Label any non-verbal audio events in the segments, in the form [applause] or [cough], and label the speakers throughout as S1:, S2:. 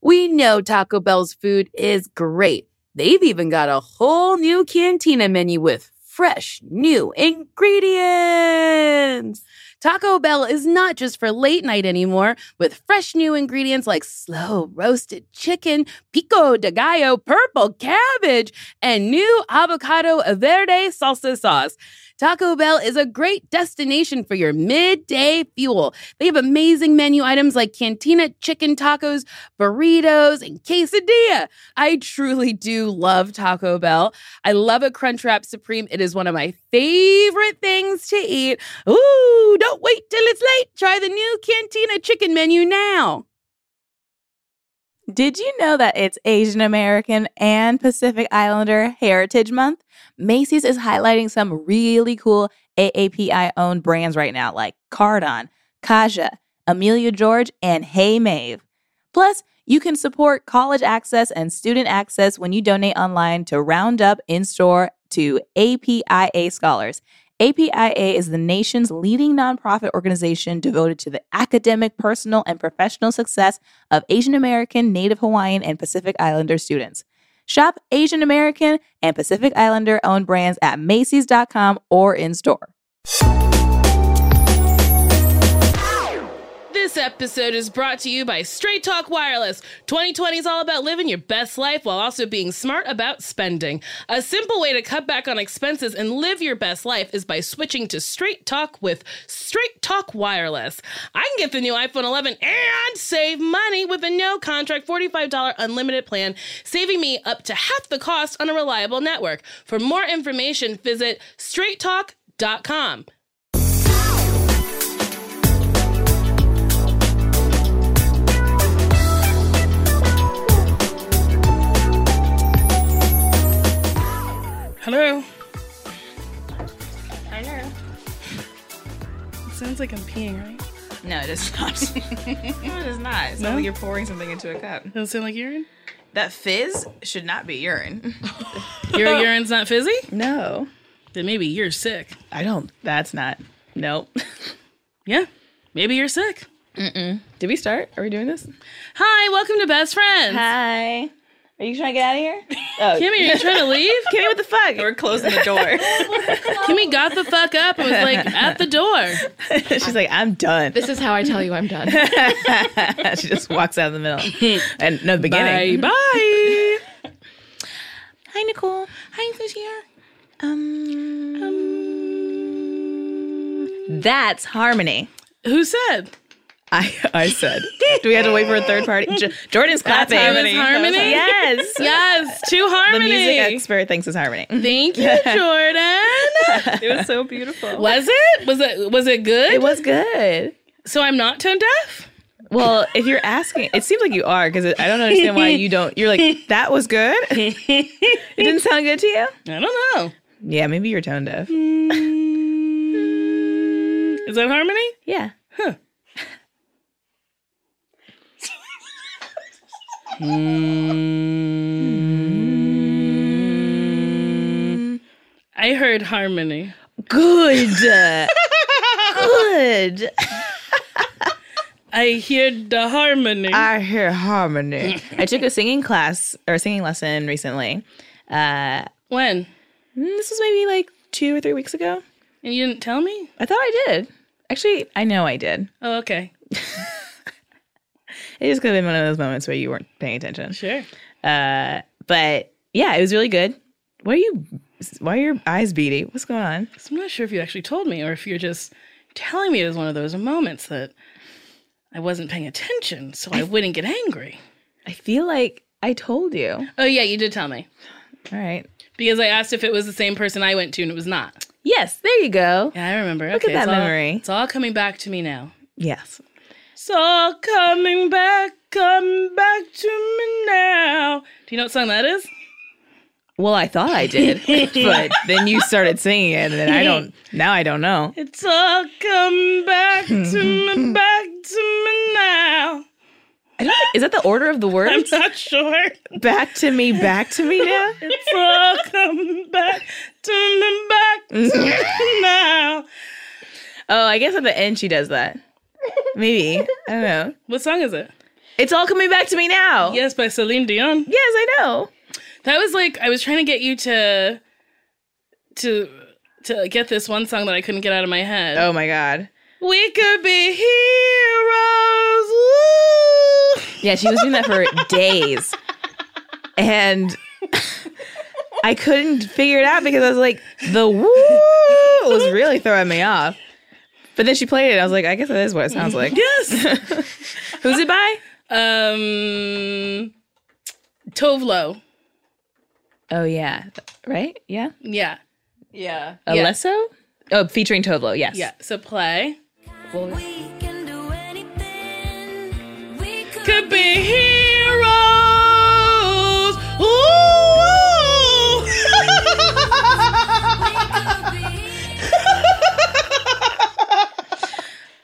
S1: We know Taco Bell's food is great. They've even got a whole new cantina menu with fresh new ingredients. Taco Bell is not just for late night anymore, with fresh new ingredients like slow roasted chicken, pico de gallo, purple cabbage, and new avocado verde salsa sauce. Taco Bell is a great destination for your midday fuel. They have amazing menu items like cantina chicken tacos, burritos, and quesadilla. I truly do love Taco Bell. I love a Crunchwrap Supreme. It is one of my favorite things to eat. Ooh, don't wait till it's late. Try the new cantina chicken menu now.
S2: Did you know that it's Asian American and Pacific Islander Heritage Month? Macy's is highlighting some really cool AAPI owned brands right now, like Cardon, Kaja, Amelia George, and Hey Mave. Plus, you can support college access and student access when you donate online to Round Up in store to APIA scholars. APIA is the nation's leading nonprofit organization devoted to the academic, personal, and professional success of Asian American, Native Hawaiian, and Pacific Islander students. Shop Asian American and Pacific Islander owned brands at Macy's.com or in store.
S1: This episode is brought to you by Straight Talk Wireless. 2020 is all about living your best life while also being smart about spending. A simple way to cut back on expenses and live your best life is by switching to Straight Talk with Straight Talk Wireless. I can get the new iPhone 11 and save money with a no contract $45 unlimited plan, saving me up to half the cost on a reliable network. For more information, visit straighttalk.com. Hello.
S3: I know.
S1: It sounds like I'm peeing, right?
S3: No, it is not. no, it is not. It's
S1: No?
S3: not like you're pouring something into a cup.
S1: Doesn't sound like urine.
S3: That fizz should not be
S2: [laughs]
S3: urine.
S1: Your urine's not fizzy?
S3: No,
S1: Then maybe you're sick.
S3: I don't. That's not. Nope. [laughs]
S1: Yeah, maybe you're sick.
S3: Did we start? Are we doing this?
S1: Hi, welcome to Best Friends.
S2: Hi. Are you trying to get out of here?
S1: Kimmy, are you trying to leave?
S3: [laughs] Kimmy, what the fuck? We're closing the door.
S1: Kimmy got the fuck up and was like at the door.
S3: [laughs] She's like, I'm done.
S4: This is how I tell you I'm done.
S3: [laughs] she just walks out in the
S4: [laughs]
S3: middle. And no, the
S1: Bye
S3: beginning.
S1: bye.
S2: Hi, Nicole.
S3: Hi, who's here?
S2: Um, That's Harmony.
S1: Who said?
S3: I, I said. Do we have to wait for a third party? Jo- Jordan's clapping.
S1: Harmony. That was Harmony?
S3: Yes.
S1: Yes, to
S3: [laughs]
S1: harmony.
S3: The music expert thinks it's harmony. [laughs]
S1: Thank you, Jordan.
S3: It was so beautiful.
S1: Was it? Was it? Was it good?
S3: It was good.
S1: So I'm not tone
S3: [laughs]
S1: deaf.
S3: Well, if you're asking, it seems like you are because I don't understand why you don't. You're like, that was good. It didn't sound good to you.
S1: I don't know. [laughs]
S3: Yeah, maybe you're tone deaf.
S1: Is that harmony?
S3: Yeah. Mm.
S1: I heard harmony.
S3: Good. good.
S1: I hear the harmony.
S3: I hear harmony. [laughs] I took a singing class or a singing lesson recently. Uh,
S1: when?
S3: mm, this was maybe like two or three weeks ago.
S1: And you didn't tell me?
S3: I thought I did. Actually, I know I did.
S1: Oh, okay.
S3: It just could have been one of those moments where you weren't paying attention.
S1: Sure.
S3: Uh, but yeah, it was really good. What are you? Why are your eyes beady? What's going on?
S1: So I'm not sure if you actually told me or if you're just telling me it was one of those moments that I wasn't paying attention, so I wouldn't get angry.
S3: I feel like I told you. All
S1: Oh, yeah, you did tell me.
S3: right.
S1: Because I asked if it was the same person I went to, and it was not.
S3: Yes, there you go.
S1: Yeah, I remember.
S3: Look
S1: okay,
S3: at that
S1: it's all-
S3: memory.
S1: it's all coming back to me now.
S3: Yes.
S1: It's all coming back, coming back to me now. Do you know what song that is?
S3: Well, I thought I [laughs] did, but then you started singing it, and then I don't. Now I don't know.
S1: It's all coming back to me, back to me now.
S3: I don't. Is that the order of the
S1: I'm
S3: words?
S1: not sure.
S3: Back to me. Back to me now.
S1: [laughs] It's all coming back to me, back to me now.
S3: Oh, I guess at the end she does that. Maybe I don't know.
S1: What song is it?
S3: It's all coming back to me now.
S1: Yes, by Celine Dion.
S3: Yes, I know.
S1: That was like I was trying to get you to to to get this one song that I couldn't get out of my head.
S3: Oh my god.
S1: We could be heroes. Woo!
S3: Yeah, she was doing that
S1: [laughs]
S3: for days. And [laughs] I couldn't figure it out because I was like, the woo was really throwing me off. But then she played it. I was like, I guess that is what it sounds like.
S1: Yes.
S3: [laughs] Who's it by?
S1: um Tovlo.
S3: Oh, yeah. Right? Yeah.
S1: Yeah. Yeah.
S3: Alesso? Oh, featuring Tovlo. Yes.
S1: Yeah. So play.
S5: We can do anything. We could,
S1: Could be heroes. Ooh.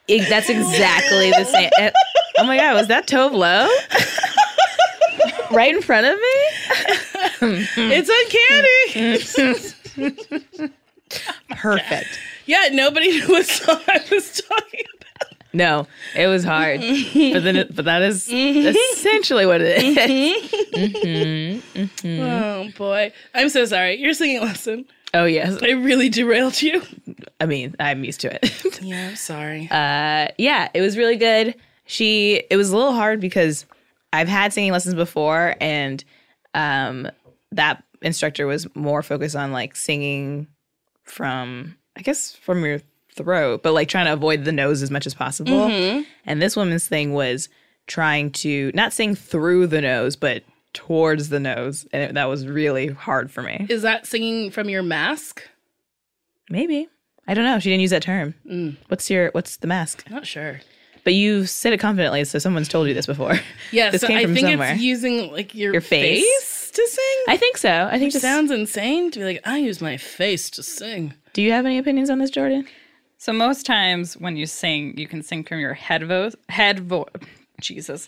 S3: It- that's exactly the same. And- oh my God. Was that Tovlo? right in front of me?
S1: [laughs] it's uncanny. [laughs]
S3: Perfect.
S1: yeah, nobody [laughs] knew what song I was talking about.
S3: No, it was hard. but then, it, but that is essentially what it is.
S1: Oh boy. I'm so sorry. Your singing lesson.
S3: Oh yes,
S1: I really derailed you.
S3: I mean I'm used to it. [laughs]
S1: Yeah, I'm sorry.
S3: uh, yeah, it was really good. She it was a little hard because I've had singing lessons before, and um, that instructor was more focused on like singing from I guess from your throat, but like trying to avoid the nose as much as possible. And this woman's thing was trying to not sing through the nose, but towards the nose, and it, that was really hard for me.
S1: Is that singing from your mask?
S3: Maybe. I don't know. She didn't use that term. What's your what's the mask?
S1: Not sure.
S3: But you said it confidently, so someone's told you this before. [laughs]
S1: Yeah,
S3: This
S1: so
S3: came
S1: I
S3: from
S1: think
S3: somewhere.
S1: it's using like your,
S3: Your face?
S1: to sing.
S3: I think so. I think
S1: Which
S3: just
S1: sounds insane to be like, I use my face to sing.
S3: Do you have any opinions on this, Jordan?
S6: So most times when you sing, you can sing from your head voice, head voice, Jesus,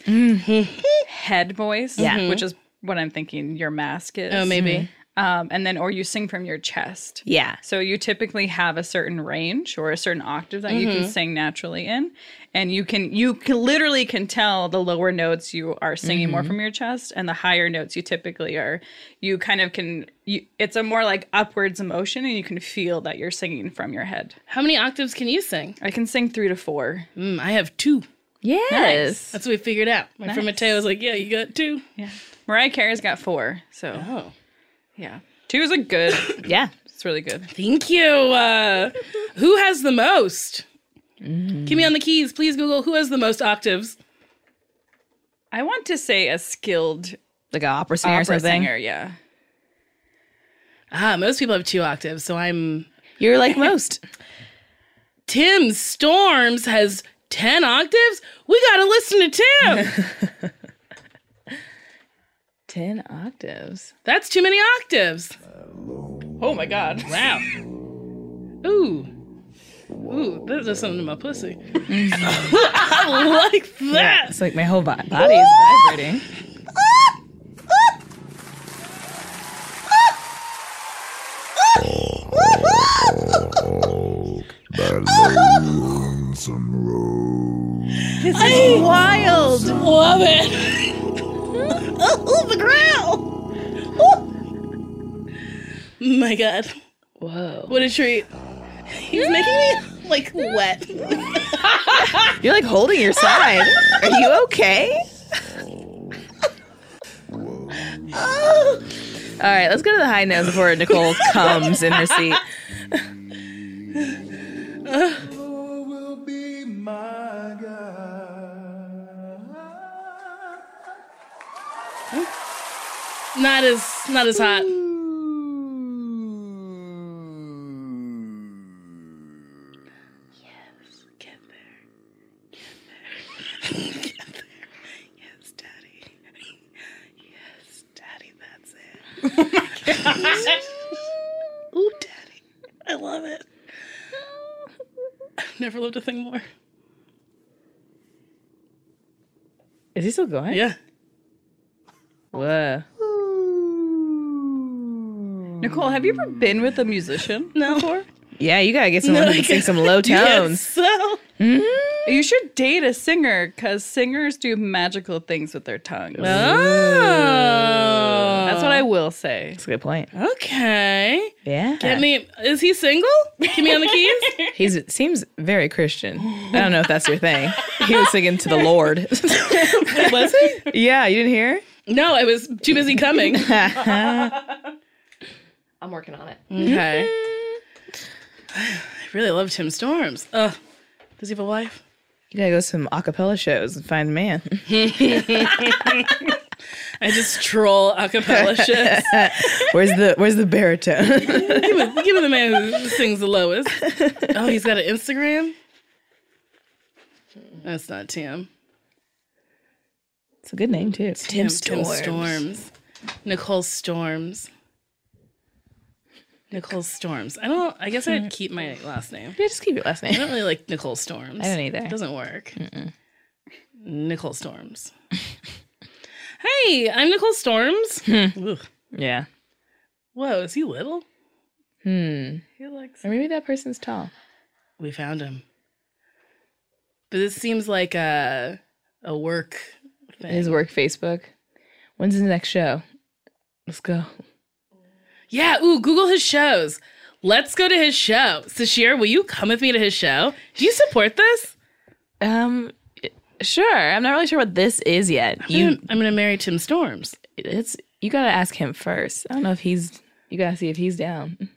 S6: head voice,
S3: Yeah.
S6: which is what I'm thinking your mask is.
S1: Oh, maybe.
S6: Um, and then, or you sing from your chest.
S3: Yeah.
S6: So you typically have a certain range or a certain octave that you can sing naturally in, and you can you can literally can tell the lower notes you are singing more from your chest, and the higher notes you typically are. You kind of can. You, it's a more like upwards emotion, and you can feel that you're singing from your head.
S1: How many octaves can you sing?
S6: I can sing three to four.
S1: Mm, I have two.
S3: Yes.
S1: That's what we figured out. My friend Mateo was like, Yeah, you got two.
S6: Yeah. Mariah Carey's got four. So
S1: Oh.
S6: yeah. Two is a good
S3: Yeah.
S6: it's really good.
S1: Thank you. Uh, who has the most? Give me on the keys. Please Google who has the most octaves.
S6: I want to say a skilled
S3: Like an opera singer or
S6: opera
S3: something.
S6: singer, yeah.
S1: Ah, most people have two octaves, so I'm.
S3: You're like
S6: [laughs]
S3: most.
S1: Tim Storms has 10 octaves? We gotta listen to Tim.
S3: Ten octaves.
S1: That's too many octaves.
S6: Oh my god.
S3: [laughs]
S1: Wow. Ooh. Ooh, that does something to my pussy. [laughs] I like that.
S3: It's like my whole bo- body is vibrating.
S1: Love [laughs] it.
S3: Oh, the growl.
S1: Oh My God.
S3: Whoa.
S1: What a treat. He's making me like wet.
S3: You're like holding your side. Are you okay? All right, let's go to the high notes before Nicole comes in her seat.
S1: Not as not as hot. Daddy, that's it. Oh my Ooh, Daddy. I love it. I've never loved a thing more.
S3: Is he still going?
S1: Yeah.
S3: Whoa.
S6: Nicole, have you ever been with a musician?
S1: No. Before?
S3: [laughs] Yeah, you gotta get someone who can sing some low tones.
S1: so.
S6: You should date a singer because singers do magical things with their tongues.
S1: Oh.
S6: That's what I will say.
S3: That's a good point.
S1: Okay.
S3: Yeah.
S1: Get me. Is he single? Give me on the keys.
S3: He's seems very Christian. I don't know if that's your thing. [laughs] He was singing to the Lord. [laughs]
S1: Was he?
S3: yeah, you didn't hear? [laughs]
S1: No, I was too busy coming. [laughs]
S7: I'm working on it.
S1: Okay. I really love Tim Storms. Ugh. Does he have a wife?
S3: You gotta go to some acapella shows and find a man.
S1: I just troll [laughs] acapella shit.
S3: Where's the Where's the baritone?
S1: give, me, give me the man who sings the lowest. Oh, he's got an Instagram? That's not Tim.
S3: it's a good name too.
S1: Tim, Storms. Storms. Nicole Storms. Nicole Storms. I don't. I guess I'd keep my last name.
S3: Yeah, just keep your last
S1: I
S3: name.
S1: don't really like Nicole Storms.
S3: I don't either.
S1: It doesn't work. Nicole Storms. [laughs] hey, I'm Nicole Storms.
S3: Hmm.
S1: Ugh.
S3: [laughs] Yeah.
S1: Whoa, is he little?
S3: Hmm.
S1: He looks.
S3: Or maybe that person's tall.
S1: We found him. But this seems like a a work thing.
S3: His work Facebook. When's his next show? Let's go.
S1: Yeah, ooh, Google his shows. Let's go to his show. Sashir, will you come with me to his show? Do you support this?
S3: Um, sure. I'm not really sure what this is yet.
S1: You,
S3: You,
S1: I'm, I'm gonna marry Tim Storms.
S3: it's you gotta ask him first. I don't know if he's. You gotta see if he's down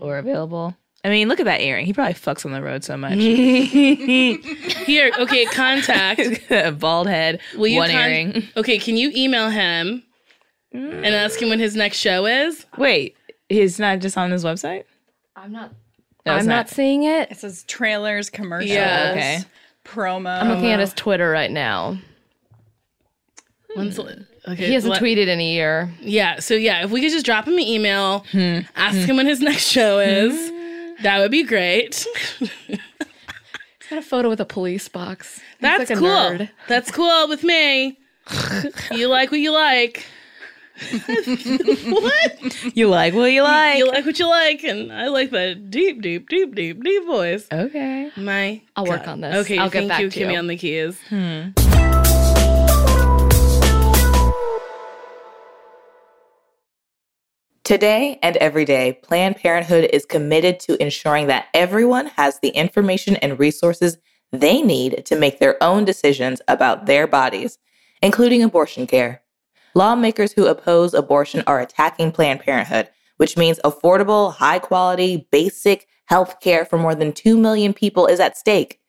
S3: or available. I mean, look at that earring. He probably fucks on the road so much. [laughs]
S1: Here, okay, contact.
S3: Bald head,
S1: Will you
S3: one
S1: con-
S3: earring. [laughs]
S1: Okay, can you email him and ask him when his next show is?
S3: Wait, he's not just on his website.
S7: I'm not.
S3: No, it's
S7: I'm not, seeing
S6: It
S7: it.
S6: says trailers, commercials,
S1: Yeah.
S3: Okay.
S6: promo.
S7: I'm looking at his Twitter right now.
S3: Hmm.
S1: When's the- okay,
S7: He hasn't
S1: let-
S7: tweeted in a year.
S1: Yeah, so yeah, if we could just drop him an email,
S3: Hmm.
S1: ask him when his next show is, that would be great. [laughs]
S7: He's got a photo with a police box. He's
S1: That's
S7: like a
S1: cool.
S7: nerd.
S1: That's cool
S3: [laughs]
S1: with me. you like what you like. what?
S3: You like what you like.
S1: You like what you like, and I like that deep, deep, deep, deep, deep voice.
S3: Oh. Okay.
S1: My,
S7: I'll work
S1: God.
S7: on this.
S1: Okay,
S7: I'll get
S1: thank
S7: back
S1: you,
S7: to you.
S1: Kimmy on the keys.
S8: Today and every day, Planned Parenthood is committed to ensuring that everyone has the information and resources they need to make their own decisions about their bodies, including abortion care. Lawmakers who oppose abortion are attacking Planned Parenthood, which means affordable, high quality, basic health care for more than 2 million people is at stake.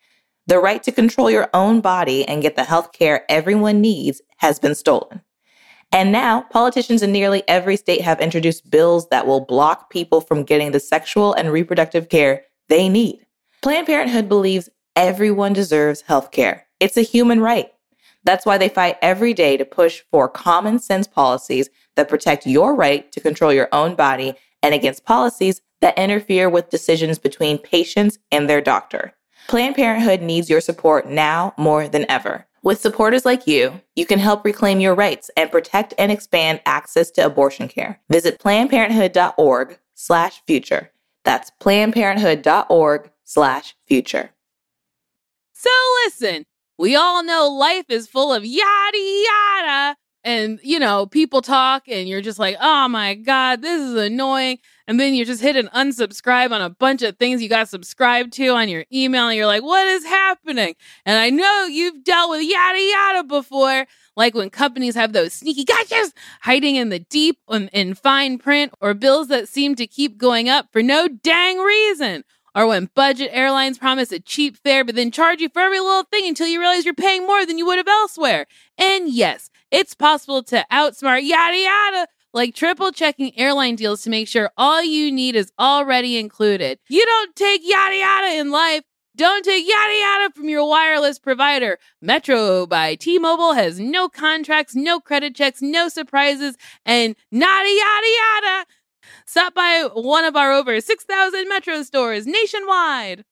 S8: The right to control your own body and get the health care everyone needs has been stolen. And now, politicians in nearly every state have introduced bills that will block people from getting the sexual and reproductive care they need. Planned Parenthood believes everyone deserves health care, it's a human right. That's why they fight every day to push for common sense policies that protect your right to control your own body and against policies that interfere with decisions between patients and their doctor. Planned Parenthood needs your support now more than ever. With supporters like you, you can help reclaim your rights and protect and expand access to abortion care. Visit PlannedParenthood.org slash future. That's PlannedParenthood.org slash future.
S9: So listen, we all know life is full of yada yada. And, you know, people talk and you're just like, oh my God, this is annoying. And then you just hit an unsubscribe on a bunch of things you got subscribed to on your email. And you're like, what is happening? And I know you've dealt with yada yada before, like when companies have those sneaky gotchas hiding in the deep and in fine print or bills that seem to keep going up for no dang reason or when budget airlines promise a cheap fare but then charge you for every little thing until you realize you're paying more than you would have elsewhere. And yes, it's possible to outsmart yada yada. Like triple checking airline deals to make sure all you need is already included. You don't take yada yada in life. Don't take yada yada from your wireless provider. Metro by T Mobile has no contracts, no credit checks, no surprises, and nada yada yada. Stop by one of our over 6,000 Metro stores nationwide.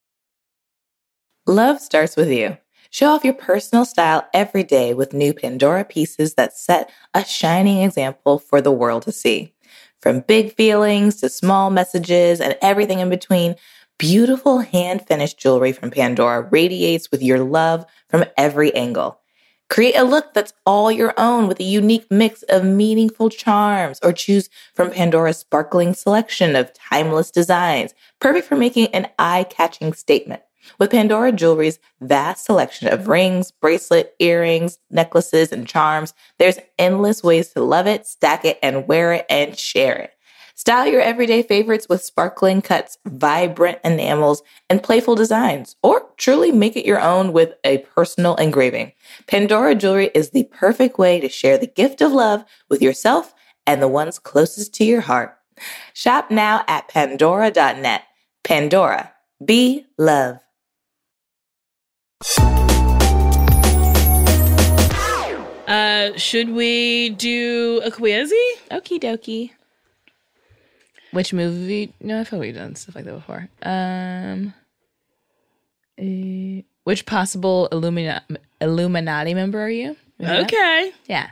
S8: Love starts with you. Show off your personal style every day with new Pandora pieces that set a shining example for the world to see. From big feelings to small messages and everything in between, Beautiful hand finished jewelry from Pandora radiates with your love from every angle. Create a look that's all your own with a unique mix of meaningful charms, or choose from Pandora's sparkling selection of timeless designs, perfect for making an eye catching statement. With Pandora Jewelry's vast selection of rings, bracelet, earrings, necklaces, and charms, there's endless ways to love it, stack it, and wear it and share it. Style your everyday favorites with sparkling cuts, vibrant enamels, and playful designs, or truly make it your own with a personal engraving. Pandora Jewelry is the perfect way to share the gift of love with yourself and the ones closest to your heart. Shop now at pandora.net. Pandora, be love.
S1: Uh, should we do a quizy?
S3: Okie dokie. Which movie? No, I feel we've done stuff like that before. Um, eh, which possible Illumina- Illuminati member are you?
S1: Okay.
S3: Yeah.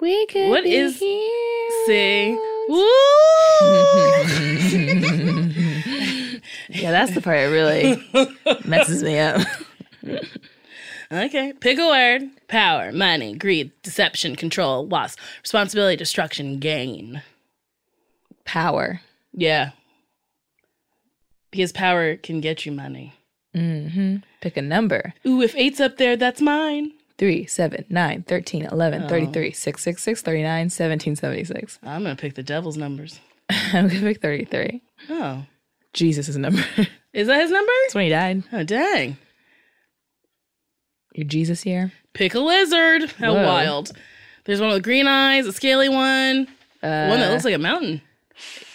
S3: We could
S1: What
S3: be
S1: is-
S3: here.
S1: See. Woo!
S3: Yeah, that's the part that really messes me up.
S1: okay. Pick a word. Power, money, greed, deception, control, loss, responsibility, destruction, gain.
S3: Power.
S1: Yeah. Because power can get you money.
S3: hmm Pick a number.
S1: Ooh, if eight's up there, that's mine.
S3: 3, 7, 9, 13, 11, 33, 6, 6, 6, 39, 17, 76.
S1: I'm gonna pick the devil's numbers.
S3: [laughs] I'm going to pick 33.
S1: Oh.
S3: Jesus is a number. [laughs] That's
S1: Is that his number?
S3: when he died.
S1: Oh dang.
S3: Your Jesus year.
S1: Pick a lizard. How
S3: Whoa.
S1: wild. There's one with green eyes, a scaly one, one
S3: Uh,
S1: that looks like a mountain.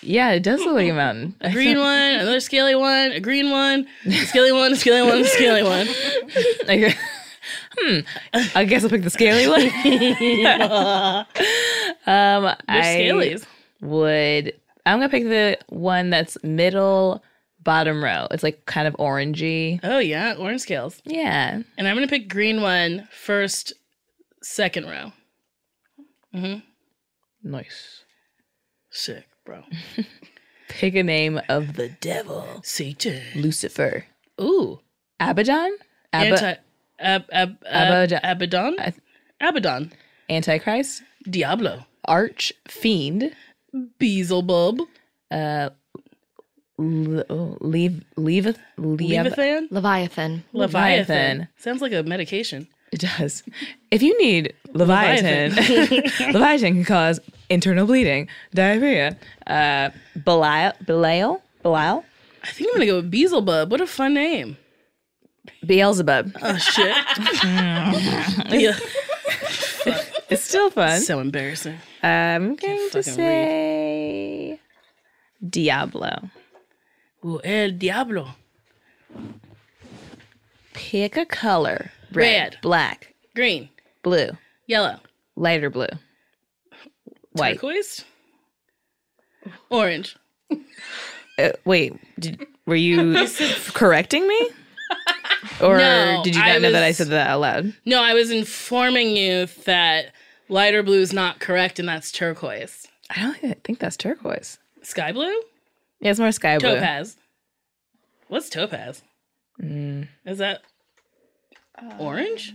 S3: Yeah, it does look like a mountain.
S1: A green one, another scaly one, a green one, a scaly one, a scaly one, a
S3: [laughs]
S1: scaly one.
S3: Like, hmm. I guess I'll pick the scaly one. um,
S1: They're
S3: I
S1: scalies.
S3: would. I'm gonna pick the one that's middle bottom row. It's like kind of orangey.
S1: Oh yeah, orange scales.
S3: Yeah.
S1: And I'm gonna pick green one first, second row.
S3: Nice.
S1: Sick, bro.
S3: Pick a name of the devil.
S1: Satan.
S3: Lucifer.
S1: Ooh.
S3: Abaddon. Abba-
S1: Anti ab, ab, ab,
S3: Abada-
S1: Abaddon?
S3: I th-
S1: Abaddon.
S3: Antichrist.
S1: Diablo.
S3: Arch fiend.
S1: Beelzebub.
S3: Uh. Le- oh, leave. Leave. Leave.
S1: Leviathan.
S7: Leviathan.
S3: Leviathan.
S1: Sounds like a medication.
S3: It does. If you need Leviathan, [laughs]
S1: [laughs]
S3: Leviathan, can cause internal bleeding, diarrhea, uh, Belial, Belial, Belial,
S1: I think I'm gonna go with Beelzebub. What a fun name.
S3: Beelzebub. [laughs]
S1: Oh shit. [laughs] yeah.
S3: It's still fun.
S1: So embarrassing.
S3: I'm going to
S1: fucking read.
S3: say Diablo.
S1: Ooh, El Diablo.
S3: Pick a color:
S1: Red.
S3: black,
S1: Green.
S3: blue,
S1: Yellow.
S3: lighter blue, white.
S1: Turquoise. Orange.
S3: Uh, wait, did, were you correcting me? Or
S1: No,
S3: did you
S1: I
S3: not know that I
S1: was-
S3: said that out loud?
S1: No, I was informing you that lighter blue is not correct and that's turquoise.
S3: I don't think, I think that's turquoise.
S1: Sky blue?
S3: Yeah, it's more sky blue.
S1: Topaz. What's topaz?
S3: Mm.
S1: Is that
S3: Uh,
S1: orange?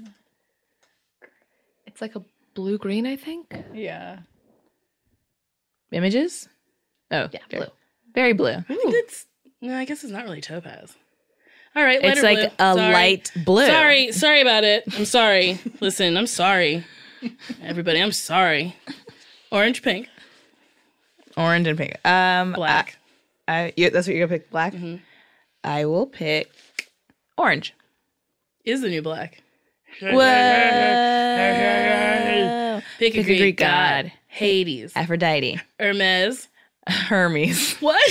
S7: It's like a blue green, I think.
S6: Yeah.
S3: Images? Oh,
S7: Yeah,
S3: very-
S7: blue.
S3: Very blue.
S1: I think it's no, I guess it's not really topaz. All right,
S3: It's
S1: lighter
S3: like
S1: blue.
S3: a
S1: Sorry.
S3: light blue.
S1: Sorry, sorry about it. I'm sorry. Listen, I'm sorry. Everybody, I'm sorry. Orange pink.
S3: Orange and pink. Um,
S1: Black.
S3: I, I- you- that's what you're gonna pick. Black.
S1: Mm-hmm.
S3: I will pick orange.
S1: Is the new black.
S3: Whoa.
S1: Pick a
S3: Pick
S1: Greek, god. Hades.
S3: Aphrodite.
S1: Hermes.
S3: Hermes. [laughs]
S1: [laughs] What?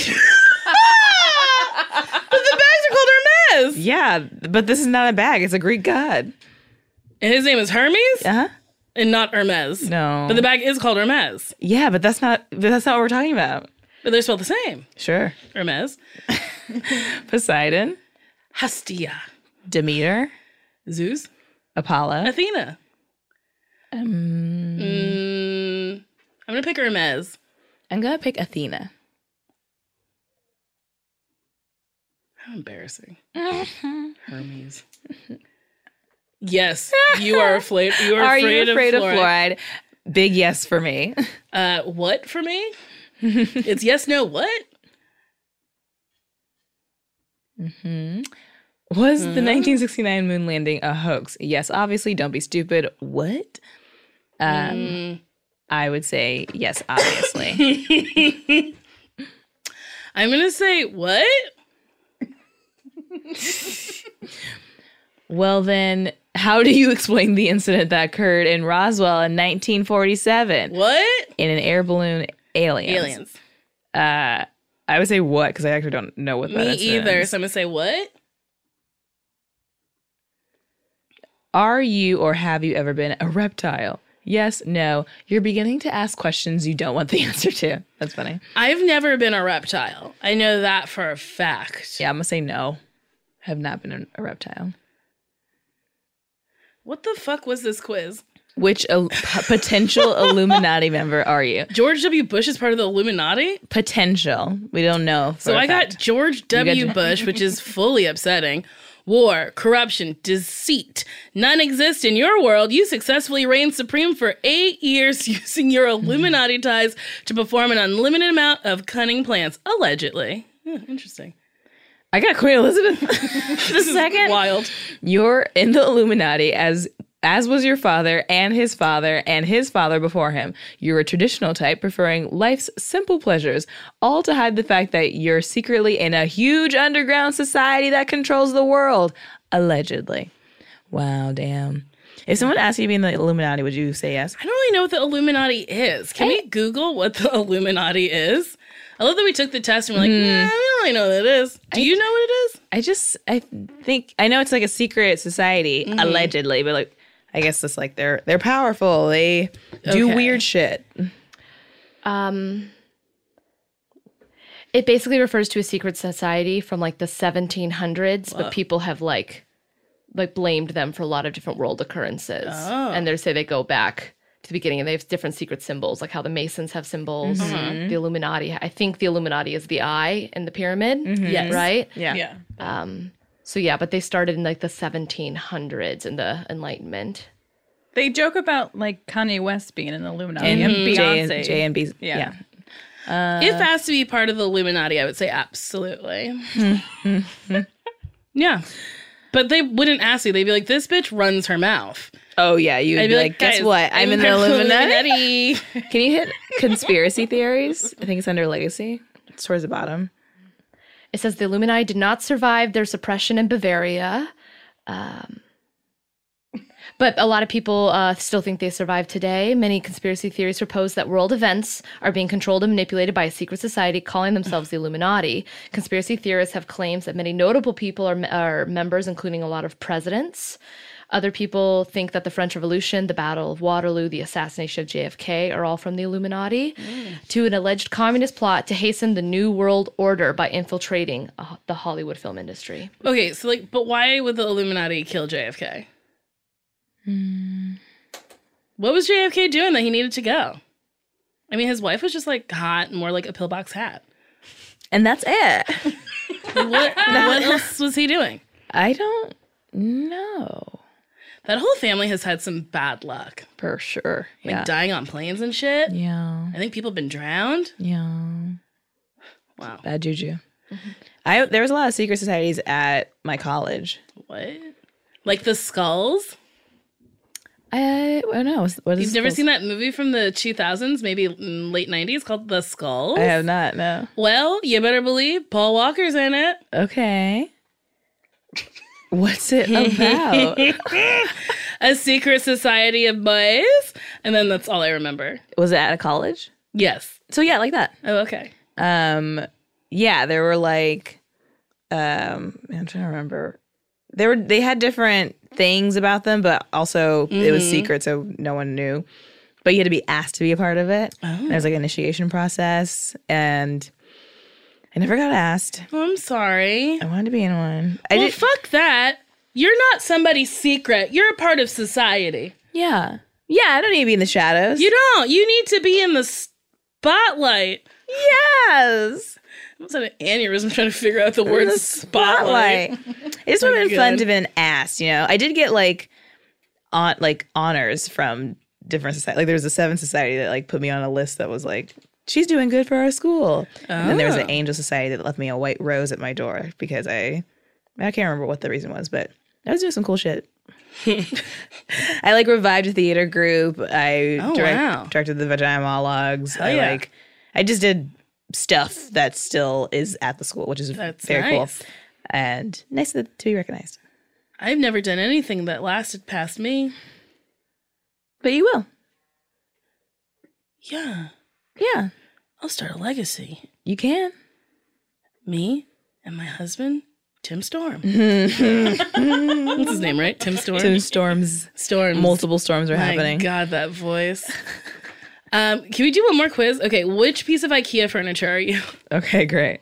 S1: but the bags are called Hermes.
S3: Yeah, but this is not a bag. It's a Greek god.
S1: And his name is Hermes
S3: Uh huh.
S1: and not Hermes.
S3: No.
S1: But the bag is called Hermes.
S3: yeah, but that's not. But that's not what we're talking about.
S1: But they're spelled the same.
S3: Sure.
S1: Hermes.
S3: Poseidon,
S1: Hestia.
S3: Demeter,
S1: Zeus.
S3: Apollo.
S1: Athena.
S3: Um,
S1: Mm, I'm going to pick Hermes.
S3: I'm gonna pick Athena.
S1: How embarrassing.
S3: [laughs]
S1: Hermes. Yes, you are afraid. You are,
S3: Are
S1: afraid,
S3: you afraid
S1: of
S3: of
S1: fluoride.
S3: fluoride? Big yes for me.
S1: Uh, what for me? it's yes, no, what?
S3: Mm-hmm. Was
S6: Mm-hmm.
S3: the 1969 moon landing a hoax? Yes, obviously. Don't be stupid. What? Um,
S6: Mm.
S3: I would say yes,
S6: [laughs]
S3: obviously.
S1: I'm gonna say what?
S3: well, then, how do you [laughs] explain the incident that occurred in Roswell in 1947
S1: What?
S3: in an air balloon? Aliens.
S1: Aliens.
S3: Uh, I would say what because I actually don't know what that
S1: Me
S3: incident
S1: either.
S3: is.
S1: So I'm gonna say what?
S3: Are you or have you ever been a reptile? Yes, no. You're beginning to ask questions you don't want the [laughs] answer to. That's funny.
S1: I've never been a reptile. I know that for a fact.
S3: Yeah, I'm gonna say no. Have not been a reptile.
S1: What the fuck was this quiz?
S3: Which il- p-
S6: [laughs]
S3: potential Illuminati member are you?
S1: George W. Bush is part of the Illuminati?
S3: Potential. We don't know.
S1: So I got George W. Bush, which [laughs] is fully upsetting. War, corruption, deceit. None exist in your world. You successfully reigned supreme for eight years [laughs] using your Illuminati ties to perform an unlimited amount of cunning plans, allegedly. Hmm, interesting.
S3: I got Queen
S1: [laughs]
S3: Elizabeth. [laughs]
S1: This is
S3: second-
S1: wild.
S3: You're in the Illuminati as as was your father and his father and his father before him. You're a traditional type preferring life's simple pleasures, all to hide the fact that you're secretly in a huge underground society that controls the world, allegedly. Wow, damn. If someone asked you to be in the Illuminati, would you say yes?
S1: I don't really know what the Illuminati is. Can we Google what the [laughs] Illuminati is? I love that we took the test and we're like, nah, I don't really know what it is. Do you know what it is?
S3: I just I think I know it's like a secret society allegedly, but like I guess it's like they're they're powerful. They do
S1: Okay.
S3: weird shit.
S7: Um, it basically refers to a secret society from like the 1700s, but people have like like blamed them for a lot of different world occurrences, and they say they go back to the beginning, and they have different secret symbols, like how the Masons have symbols, the Illuminati. I think the Illuminati is the eye in the pyramid,
S1: Yes.
S7: right?
S3: Yeah.
S6: Yeah.
S7: Um, so yeah, but they started in like the 1700s in the Enlightenment.
S6: They joke about like Kanye West being an Illuminati
S3: And
S6: and
S3: J
S6: Beyonce.
S3: and J and B.
S6: Yeah.
S3: Yeah.
S1: if
S3: Uh,
S1: asked to be part of the Illuminati, I would say absolutely.
S3: Hmm,
S1: yeah. But they wouldn't ask you. They'd be like, this bitch runs her mouth.
S3: Oh yeah, you would
S1: I'd
S3: be like, guess
S1: "Guys,
S3: what? I'm,
S1: [laughs]
S3: in the
S1: part of
S3: Illuminati.
S1: Illuminati."
S3: Can you hit conspiracy theories? I think it's under legacy. It's towards the bottom.
S7: It says the Illuminati did not survive their suppression in Bavaria. Um, but a lot of people uh, still think they survive today. Many conspiracy theories propose that world events are being controlled and manipulated by a secret society calling themselves the Illuminati. Conspiracy theorists have claims that many notable people are, are members, including a lot of presidents. Other people think that the French Revolution, the Battle of Waterloo, the assassination of JFK are all from the Illuminati to an alleged communist plot to hasten the New World Order by infiltrating uh, the Hollywood film industry.
S1: okay, so like, but why would the Illuminati kill JFK?
S3: Hmm.
S1: What was JFK doing that he needed to go? I mean, his wife was just like hot and wore like a pillbox hat.
S3: And that's it. [laughs]
S1: What, what else was he doing?
S3: I don't know
S1: That whole family has had some bad luck,
S3: for sure.
S1: like
S3: Yeah.
S1: dying on planes and shit.
S3: Yeah.
S1: I think people have been drowned.
S3: Yeah.
S1: Wow.
S3: Bad juju. I there was a lot of secret societies at my college.
S1: What? Like the skulls?
S3: I, I don't know. What is
S1: You've never seen that movie from the 2000s, maybe mm, late 90s, called The Skulls?
S3: I have not. No.
S1: Well, you better believe Paul Walker's in it.
S3: Okay. What's it
S6: [laughs]
S3: about?
S1: A secret society of boys. And then that's all I remember.
S3: was it at a college?
S1: Yes.
S3: So yeah, like that.
S1: Oh, okay.
S3: Um, yeah, there were like, um, I'm trying to remember. There were they had different things about them, but also it was secret, so no one knew. But you had to be asked to be a part of it. There was like an initiation process, and I never got asked.
S1: I'm sorry.
S3: I wanted to be in one. I
S1: well,
S3: did.
S1: fuck that. You're not somebody's secret. You're a part of society.
S3: Yeah, yeah. I don't need to be in the shadows.
S1: You don't. You need to be in the spotlight.
S3: yes.
S1: I was at an aneurysm trying to figure out the word spotlight.
S3: It's would
S1: My
S3: have been fun
S1: God.
S3: to have been asked, you know. I did get like on like honors from different society. Like there was a seven society that like put me on a list that was like, She's doing good for our school. And then there was
S1: Oh.
S3: an angel society that left me a white rose at my door because I I can't remember what the reason was, but I was doing some cool
S1: [laughs]
S3: shit. I like revived a theater group. I
S1: Oh,
S3: direct-
S1: wow.
S3: directed the vagina monologues. I
S1: yeah.
S3: like I just did stuff that still is at the school, which is
S1: That's
S3: very
S1: nice.
S3: cool and nice to to be recognized.
S1: I've never done anything that lasted past me.
S3: But you will,
S1: Yeah,
S3: yeah,
S1: I'll start a legacy.
S3: you can.
S1: Me and my husband,
S3: [laughs]
S1: Tim Storm. That's his name, right? Tim Storm. Tim
S3: storms,
S1: Storm.
S3: multiple storms are
S1: My
S3: happening.
S1: God, that voice. um, can we do one more quiz? Okay, which piece of IKEA furniture are you? [laughs]
S3: Okay, great.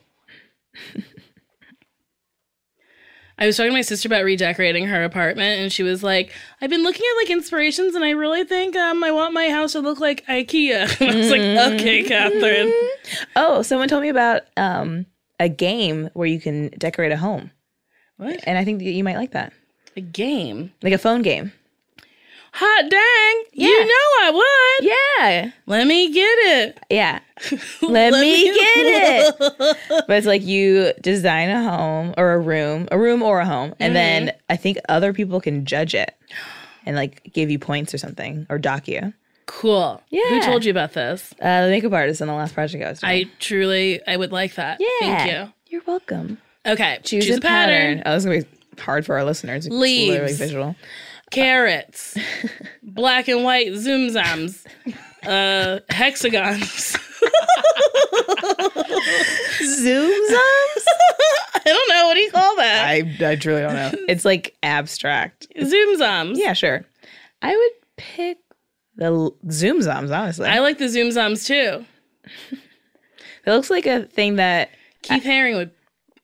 S1: I was talking to my sister about redecorating her apartment, and she was like, "I've been looking at like inspirations, and I really think um, I want my house to look like IKEA." [laughs] And I was like,
S3: Mm.
S1: "Okay,
S3: [laughs]
S1: Catherine."
S3: Oh, someone told me about um a game where you can decorate a home,
S1: What?
S3: and I think that you might like that,
S1: A game?
S3: like a phone game.
S1: Hot dang! You know I would.
S3: Yeah,
S1: Let me get it.
S3: yeah. Let, me [laughs] get it. but it's like you design a home or a room, a room or a home, and then I think other people can judge it and like give you points or something or dock you.
S1: Cool. Who
S3: Yeah.
S1: told you about this?
S3: Uh, the makeup artist on the last project I was doing.
S1: I truly, I would like that.
S3: yeah.
S1: Thank you.
S3: You're welcome.
S1: Okay. Choose, a pattern.
S3: Oh, this is gonna be hard for our listeners. It's
S1: Leaves.
S3: literally visual. [laughs]
S1: Carrots. black and white zoomzams. Uh, hexagons. [laughs]
S3: Zooms up.
S1: I don't know. What do you call that?
S3: [laughs] I I truly don't know. It's like abstract.
S1: Zoomzams.
S3: Yeah, sure. I would pick the l- zoomzoms. Honestly,
S1: I like the zoomzams too.
S3: it looks like a thing that
S1: Keith Haring would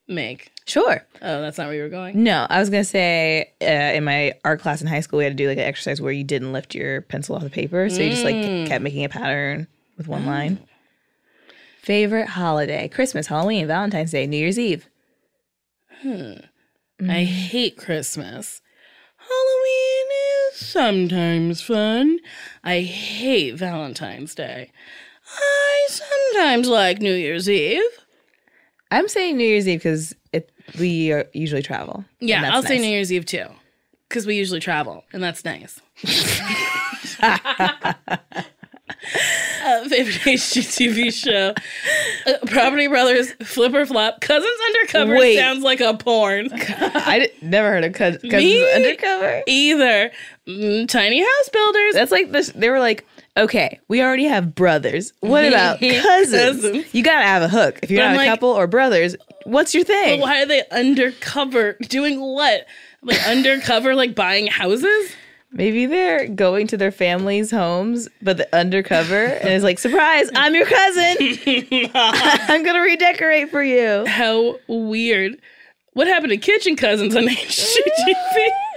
S1: make.
S3: sure.
S1: Oh, that's not where you were going.
S3: No, I was gonna say uh, in my art class in high school we had to do like an exercise where you didn't lift your pencil off the paper, so you just like kept making a pattern with one line. Favorite holiday: Christmas, Halloween, Valentine's Day, New Year's Eve.
S1: I hate Christmas. Halloween is sometimes fun. I hate Valentine's Day. I sometimes like New Year's Eve.
S3: I'm saying New Year's Eve because we uh, usually travel. and
S1: Yeah,
S3: that's
S1: I'll say
S3: nice.
S1: New Year's Eve too, because we usually travel, and that's [laughs] nice. uh, favorite HGTV show: uh, Property Brothers, Flipper Flop, Cousins Undercover
S3: Wait.
S1: sounds like a [laughs] porn.
S3: [laughs] I d- never heard of cous- cousins
S1: Me?
S3: undercover.
S1: Either Mm, tiny house builders.
S3: That's like this. They were like, okay, we already have brothers. What about
S1: [laughs]
S3: cousins?
S1: Cousins.
S3: You gotta have a hook. If you're
S1: But I'm
S3: not a
S1: like-
S3: couple or brothers, what's your
S1: But
S3: thing?
S1: why are they undercover? Doing what? Like undercover, like buying houses?
S3: Maybe they're going to their families' homes, but the undercover and it's like, surprise, I'm your cousin.
S1: [laughs]
S3: [laughs] I'm gonna redecorate for you.
S1: How weird. What happened to kitchen cousins on [laughs] HGTV?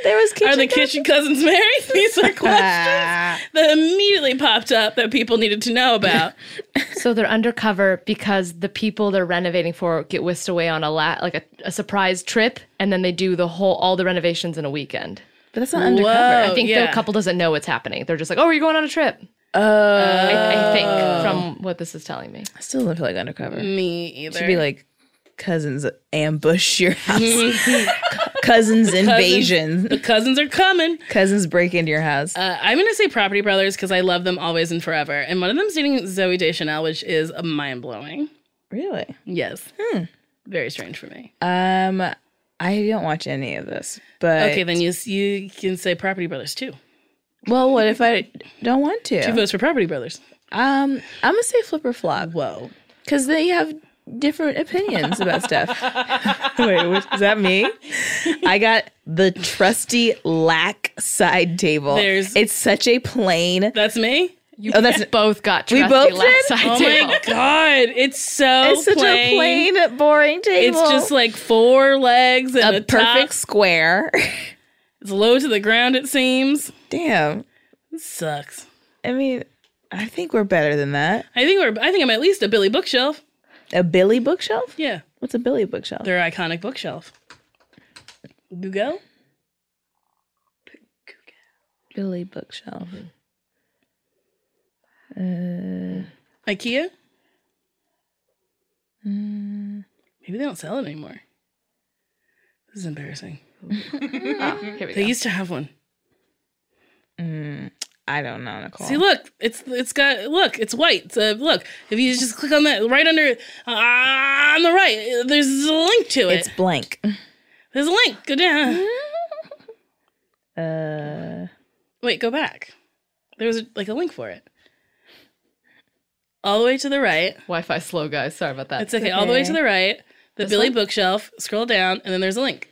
S3: There was kitchen.
S1: Are the kitchen cousins married? [laughs]
S3: [laughs]
S1: These are questions
S3: Ah.
S1: that immediately popped up that people needed to
S3: [laughs]
S1: know about.
S7: So they're undercover because the people they're renovating for get whisked away on a la- like a, a surprise trip, and then they do the whole all the renovations in a weekend.
S3: But that's not undercover.
S1: Whoa.
S7: I think
S1: yeah.
S7: the couple doesn't know what's happening. They're just like, "Oh, we're going on a trip." Oh, I, I think from what this is telling me.
S3: I still don't feel like undercover.
S1: Me either.
S3: Should be like cousins ambush
S1: [laughs]
S3: your house. [laughs] cousins invasion.
S1: the cousins are coming.
S3: Cousins break into your house.
S1: Uh, I'm going to say Property Brothers because I love them always and forever. And one of them's dating Zoe Deschanel, which is mind blowing.
S3: really?
S1: Yes.
S3: Hmm.
S1: Very strange for me.
S3: Um, I don't watch any of this. But
S1: Okay, then you you can say Property Brothers too.
S3: well, what if I don't want
S1: Who
S3: to?
S1: votes for Property Brothers?
S3: Um, I'm gonna say flip or flop. Whoa, because they have different opinions about
S1: [laughs]
S3: stuff. Wait, which, is that me? I got the trusty lack side table.
S1: There's-
S3: it's such a plain.
S1: That's me.
S7: You
S3: Oh, that's-
S7: both got
S3: We
S7: trusty
S3: both
S7: last
S3: did?
S7: side
S1: Oh
S7: table.
S1: my god, it's so
S3: It's such
S1: plain.
S3: a plain, boring
S1: It's
S3: table.
S1: just like four legs and a,
S3: a perfect
S1: Top.
S3: square. [laughs]
S1: It's low to the ground. It seems
S3: Damn.
S1: sucks.
S3: I mean, I think we're better than that.
S1: I think we're. I think I'm at least a Billy bookshelf.
S3: A Billy bookshelf?
S1: Yeah,
S3: What's a Billy bookshelf?
S1: their iconic bookshelf. Google.
S3: Billy bookshelf.
S1: IKEA?
S3: Mm.
S1: Maybe they don't sell it anymore. This is
S7: [laughs]
S1: embarrassing.
S7: Oh, Here we
S1: They
S7: go.
S1: used to have one.
S3: I don't know, Nicole.
S1: See, look, it's it's got look, it's white. So look, if you just click on that right under uh, on the right, uh, there's a link to it.
S3: it's blank.
S1: there's a link. Go down.
S3: [laughs] Uh,
S1: Wait, go back. There was like a link for it. All the way to the right.
S7: Wi-Fi slow, guys. Sorry about that.
S1: It's okay. All the way to the right. The
S7: This
S1: Billy
S7: one?
S1: bookshelf. Scroll down, and then there's a link.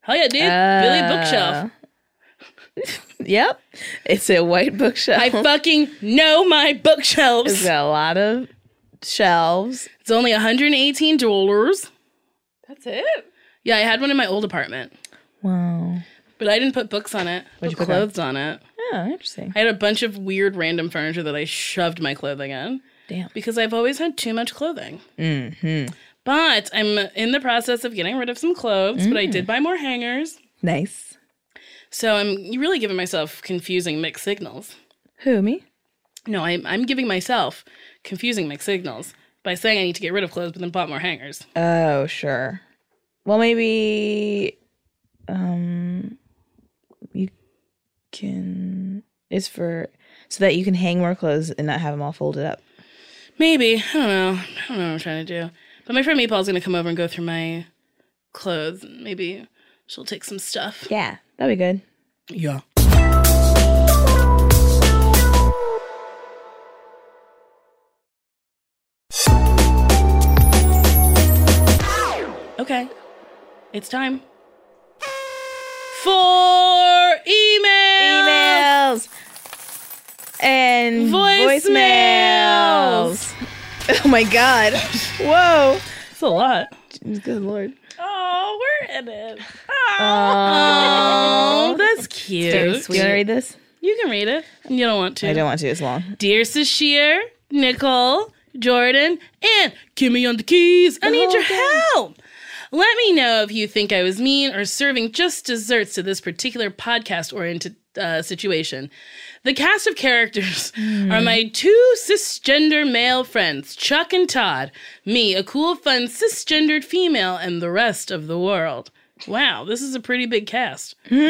S1: Hell yeah, dude! Billy bookshelf.
S3: [laughs] yep. It's a white bookshelf.
S1: I fucking know my
S3: it's
S1: bookshelves.
S3: got a lot of shelves.
S1: It's only 118 dollars.
S7: That's it.
S1: Yeah, I had one in my old apartment,
S3: Wow.
S1: but I didn't put books on it. Put
S3: What'd you put on?
S1: clothes on it.
S3: Oh, interesting.
S1: I had a bunch of weird random furniture that I shoved my clothing in.
S3: Damn.
S1: Because I've always had too much clothing.
S3: Mm-hmm.
S1: But I'm in the process of getting rid of some clothes, but
S3: Mm.
S1: I did buy more hangers.
S3: Nice.
S1: So I'm really giving myself confusing mixed signals.
S3: Who, me?
S1: No, I'm, I'm giving myself confusing mixed signals by saying I need to get rid of clothes, but then bought more hangers.
S3: Oh, sure. Well, maybe um you can it's for so that you can hang more clothes and not have them all folded up.
S1: Maybe. I don't know. I don't know what I'm trying to do. But my friend Meatball's going to come over and go through my clothes. and Maybe she'll take some stuff.
S3: Yeah, that'd be good.
S1: Yeah. Okay. It's time for email.
S3: Emails and
S1: Voicemails.
S3: voicemails. Oh my god. Whoa.
S1: It's a lot.
S3: Good lord.
S1: Oh, we're in it.
S3: Oh.
S1: Oh, that's
S7: very
S1: cute.
S7: sweet.
S3: you want to read this?
S1: You can read it. You don't want to.
S3: I don't want to. It's long.
S1: Dear Sashir, Nicole, Jordan, and Kimmy on the keys, I need your help. Let me know if you think I was mean or serving just desserts to this particular podcast oriented uh, situation. The cast of characters are my two cisgender male friends, Chuck and Todd, me, a cool, fun cisgendered female, and the rest of the world. Wow, this is a pretty big [laughs] cast.
S3: Yeah,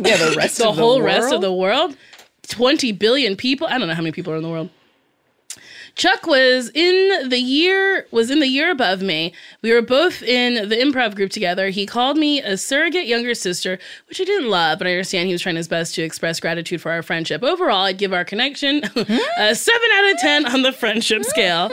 S3: the rest
S1: [laughs] the whole rest of the world 20 billion people i don't know how many people are in the world chuck was in the year was in the year above me we were both in the improv group together he called me a surrogate younger sister which i didn't love but i understand he was trying his best to express gratitude for our friendship overall i'd give our connection [laughs] a 7 out of 10 on the friendship scale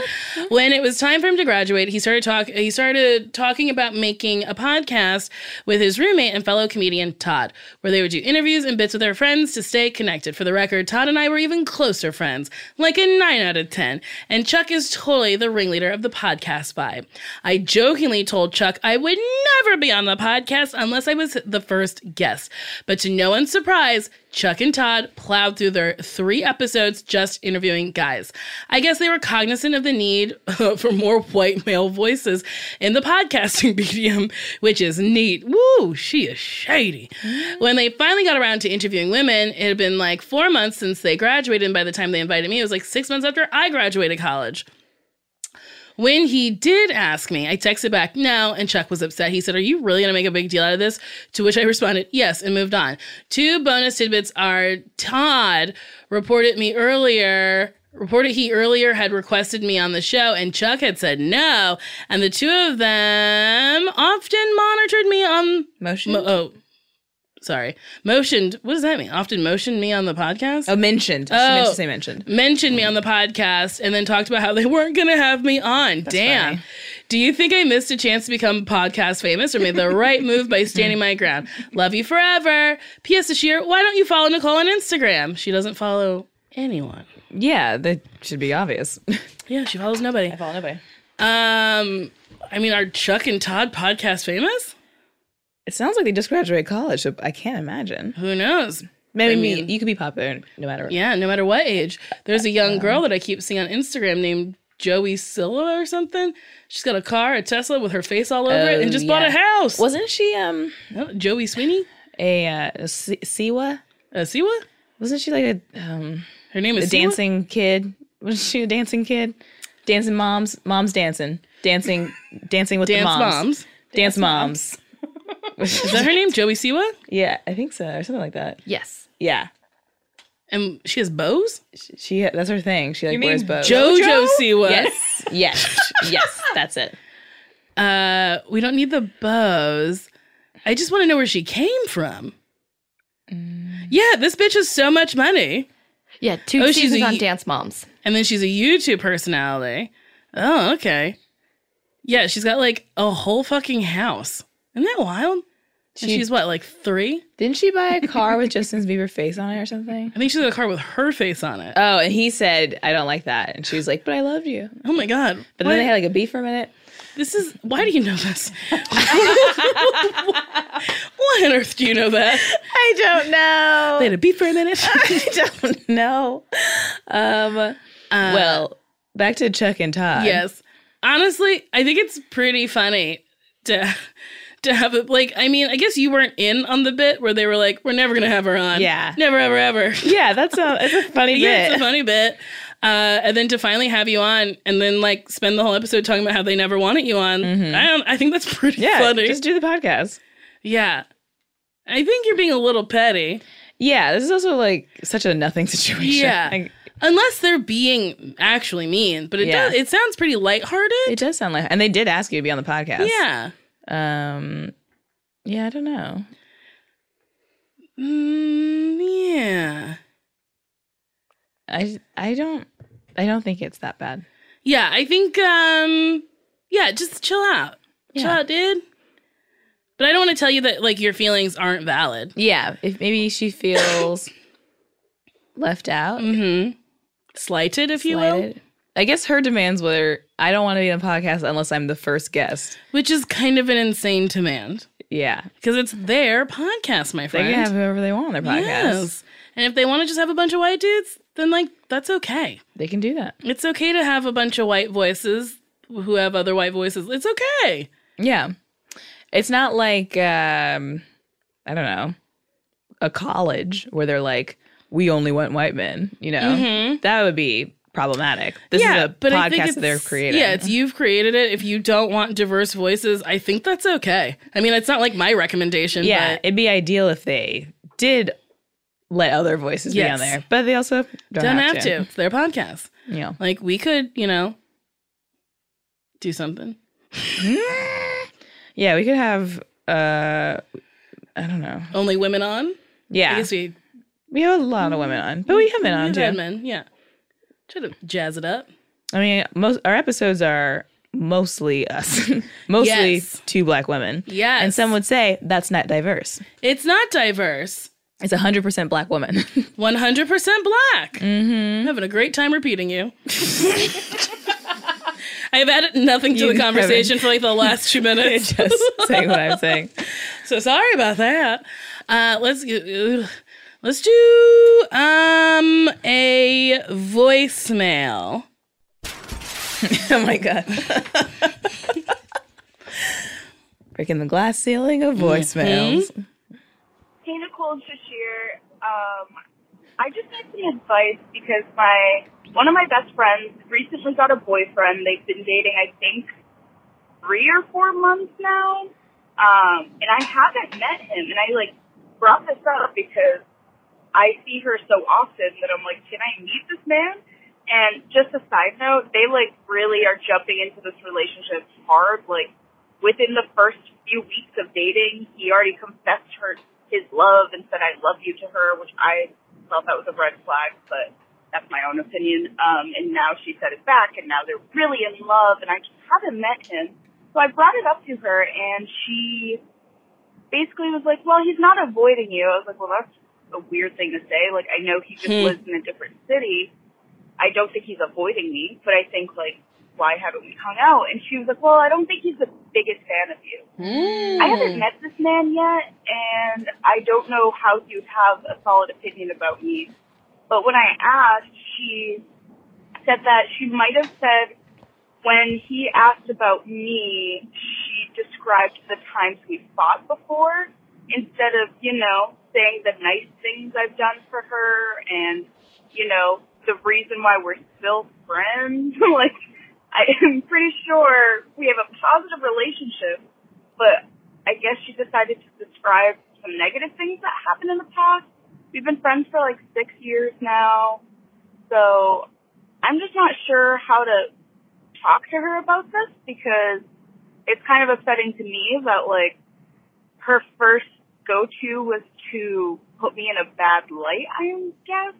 S1: when it was time for him to graduate he started talk he started talking about making a podcast with his roommate and fellow comedian Todd, where they would do interviews and bits with their friends to stay connected. For the record, Todd and I were even closer friends, like a 9 out of 10. And Chuck is totally the ringleader of the podcast vibe. I jokingly told Chuck I would never be on the podcast unless I was the first guest. But to no one's surprise, Chuck and Todd plowed through their three episodes just interviewing guys. I guess they were cognizant of the need [laughs] for more white male voices in the podcasting [laughs] medium, which is neat. Woo, she is shady. When they finally got around to interviewing women, it had been like four months since they graduated, and by the time they invited me, it was like six months after I graduated college. When he did ask me, I texted back no, and Chuck was upset. He said, Are you really gonna make a big deal out of this? To which I responded, Yes, and moved on. Two bonus tidbits are Todd reported me earlier. Reported he earlier had requested me on the show, and Chuck had said no. And the two of them often monitored me on
S3: motion.
S1: mo- oh, sorry, motioned. What does that mean? Often motioned me on the podcast
S3: oh, mentioned. She meant to say mentioned.
S1: mentioned me on the podcast and then talked about how they weren't going to have me on. Damn. Do you think I missed a chance to become podcast famous or made the right move
S3: [laughs]
S1: by standing my ground? Love you forever. P.S. This year, why don't you follow Nicole on Instagram? She doesn't follow anyone.
S3: Yeah, that should be obvious.
S1: Yeah, she follows nobody.
S3: Follow nobody.
S1: Um, I mean, are Chuck and Todd podcast famous?
S3: It sounds like they just graduated college, so I can't imagine.
S1: Who knows?
S3: Maybe
S1: Oh, I
S3: me
S1: mean-
S3: you could be popular no matter what.
S1: Yeah, no matter what age. There's a young girl that I keep seeing on Instagram named Joey Silva or something. She's got a car, a Tesla with her face all over it,
S3: Oh,
S1: and just bought a
S3: yeah.
S1: house.
S3: Wasn't she um
S1: No, Oh, Joey Sweeney?
S3: a uh, a Si- Siwa?
S1: Uh, Siwa?
S3: Wasn't she like a um
S1: Her name
S3: a
S1: is Siwa?
S3: dancing kid? Was she a dancing kid? Dancing moms, moms dancing, dancing, dancing with
S1: Dance
S3: the moms,
S1: Moms.
S3: dance moms.
S1: Is that her name? Joey Siwa?
S3: yeah, I think so, or something like that.
S7: Yes.
S3: Yeah,
S1: And she has bows?
S3: she, she that's her thing. She like
S6: mean
S3: wears bows.
S1: Jojo Siwa.
S3: Yes, yes, yes. That's it.
S1: Uh, we don't need the bows. I just want to know where she came from.
S3: Mm.
S1: Yeah, this bitch has so much money.
S7: Yeah, two
S1: Oh, she's
S7: seasons
S1: a
S7: on
S1: y-
S7: Dance Moms.
S1: And then she's a YouTube personality. Oh, okay. Yeah, she's got like a whole fucking house. Isn't that wild? And
S3: She-
S1: she's what, like three?
S3: Didn't she buy a car with Justin Bieber's face on it or something?
S1: I think she's got a car with her face on it.
S3: [laughs] Oh, and he said, "I don't like that," and she was like, "But I loved you."
S1: oh my god.
S3: But
S1: Why-
S3: then they had like a beef for a minute.
S1: this is why do you know this? [laughs] why on earth do you know that?
S3: I don't know.
S1: They had a beat for a minute.
S3: [laughs] I don't know. Um, well, back to Chuck and Todd.
S1: Uh, Yes. Honestly, I think it's pretty funny to to have it like I mean, I guess you weren't in on the bit where they were like, We're never gonna have her on.
S3: Yeah.
S1: Never ever
S3: [laughs]
S1: ever.
S3: Yeah, that's a, it's a [laughs] funny
S1: yeah, it's a
S3: bit.
S1: funny bit. Uh, and then to finally have you on, and then like spend the whole episode talking about how they never wanted you on. I don't. I think that's pretty
S3: Mm-hmm. yeah,
S1: funny.
S3: just do the podcast.
S1: yeah, I think you're being a little petty,
S3: Yeah, this is also like such a nothing situation.
S1: Yeah.
S3: Like,
S1: unless they're being actually mean. But it
S3: Yeah.
S1: does. It sounds pretty lighthearted.
S3: it does sound like, and they did ask you to be on the podcast.
S1: yeah.
S3: Um, yeah, I don't know.
S1: Mm, yeah.
S3: I I don't I don't think it's that bad.
S1: Yeah. I think. Um. Yeah. Just chill out. Chill
S3: Yeah.
S1: out, dude. But I don't want to tell you that like your feelings aren't valid.
S3: Yeah, if maybe she feels left out,
S1: Mm-hmm. Slighted, if you will.
S3: slighted. I guess her demands were I don't want to be on the podcast unless I'm the first guest.
S1: Which is kind of an insane demand
S3: Yeah,
S1: because it's their podcast, my
S3: they
S1: friend.
S3: can have whoever they want on their podcast.
S1: Yes. And if they want to just have a bunch of white dudes, then like that's okay.
S3: They can do that.
S1: It's okay to have a bunch of white voices who have other white voices. It's okay.
S3: Yeah, it's not like um, I don't know a college where they're like we only want white men. You know,
S7: Mm-hmm.
S3: that would be problematic. This
S1: yeah,
S3: is a
S1: but I think
S3: podcast
S1: it's,
S3: that they're creating.
S1: Yeah, it's you've created it. If you don't want diverse voices, I think that's okay. I mean, it's not like my recommendation.
S3: Yeah,
S1: but
S3: it'd be ideal if they did let other voices be on
S1: Yes.
S3: there, but they also don't,
S1: don't
S3: have, to.
S1: It's their podcast.
S3: Yeah.
S1: Like we could, you know, do something.
S3: Yeah, we could have uh I don't know.
S1: Only women on. I
S3: Yeah.
S1: guess we
S3: We have a lot of women on. But we have men on
S1: We've had
S3: too.
S1: men. Yeah, try to jazz it up.
S3: I mean, most our episodes are mostly us. [laughs] mostly
S1: Yes.
S3: two black women.
S1: Yes.
S3: And some would say that's not diverse.
S1: It's not diverse.
S3: It's 100% black [laughs] woman.
S1: 100% black. Mm-hmm. I'm having a great time repeating you. [laughs] I have added nothing to
S3: You
S1: the conversation for like the last two minutes.
S3: Just saying what I'm saying.
S1: So sorry about that. Uh, let's uh, let's do um a voicemail.
S3: [laughs] Oh my god. Breaking the glass ceiling of voicemails.
S10: Hey, Nicole and Trishir. Um, I just need some advice because my one of my best friends recently got a boyfriend. They've been dating, I think, three or four months now, um, and I haven't met him. And I like brought this up because I see her so often that I'm like, can I meet this man? And just a side note, they like really are jumping into this relationship hard. Like within the first few weeks of dating, he already confessed her his love and said, "I love you" to her, which I thought that was a red flag, but that's my own opinion. Um, and now she said it back, and now they're really in love, and I just haven't met him. So I brought it up to her, and she basically was like, "Well, he's not avoiding you." I was like, "Well, that's a weird thing to say. Like, I know he just lives in a different city. I don't think he's avoiding me, but I think like why haven't we hung out? And she was like, well, I don't think he's the biggest fan of you. I haven't met this man yet, and I don't know how you'd have a solid opinion about me. But when I asked, she said that she might have said when he asked about me, she described the times we fought before instead of, you know, saying the nice things I've done for her and, you know, the reason why we're still friends. [laughs] like, I am pretty sure we have a positive relationship, but I guess she decided to describe some negative things that happened in the past. We've been friends for like six years now, so I'm just not sure how to talk to her about this because it's kind of upsetting to me that like her first go to was to put me in a bad light, I guess.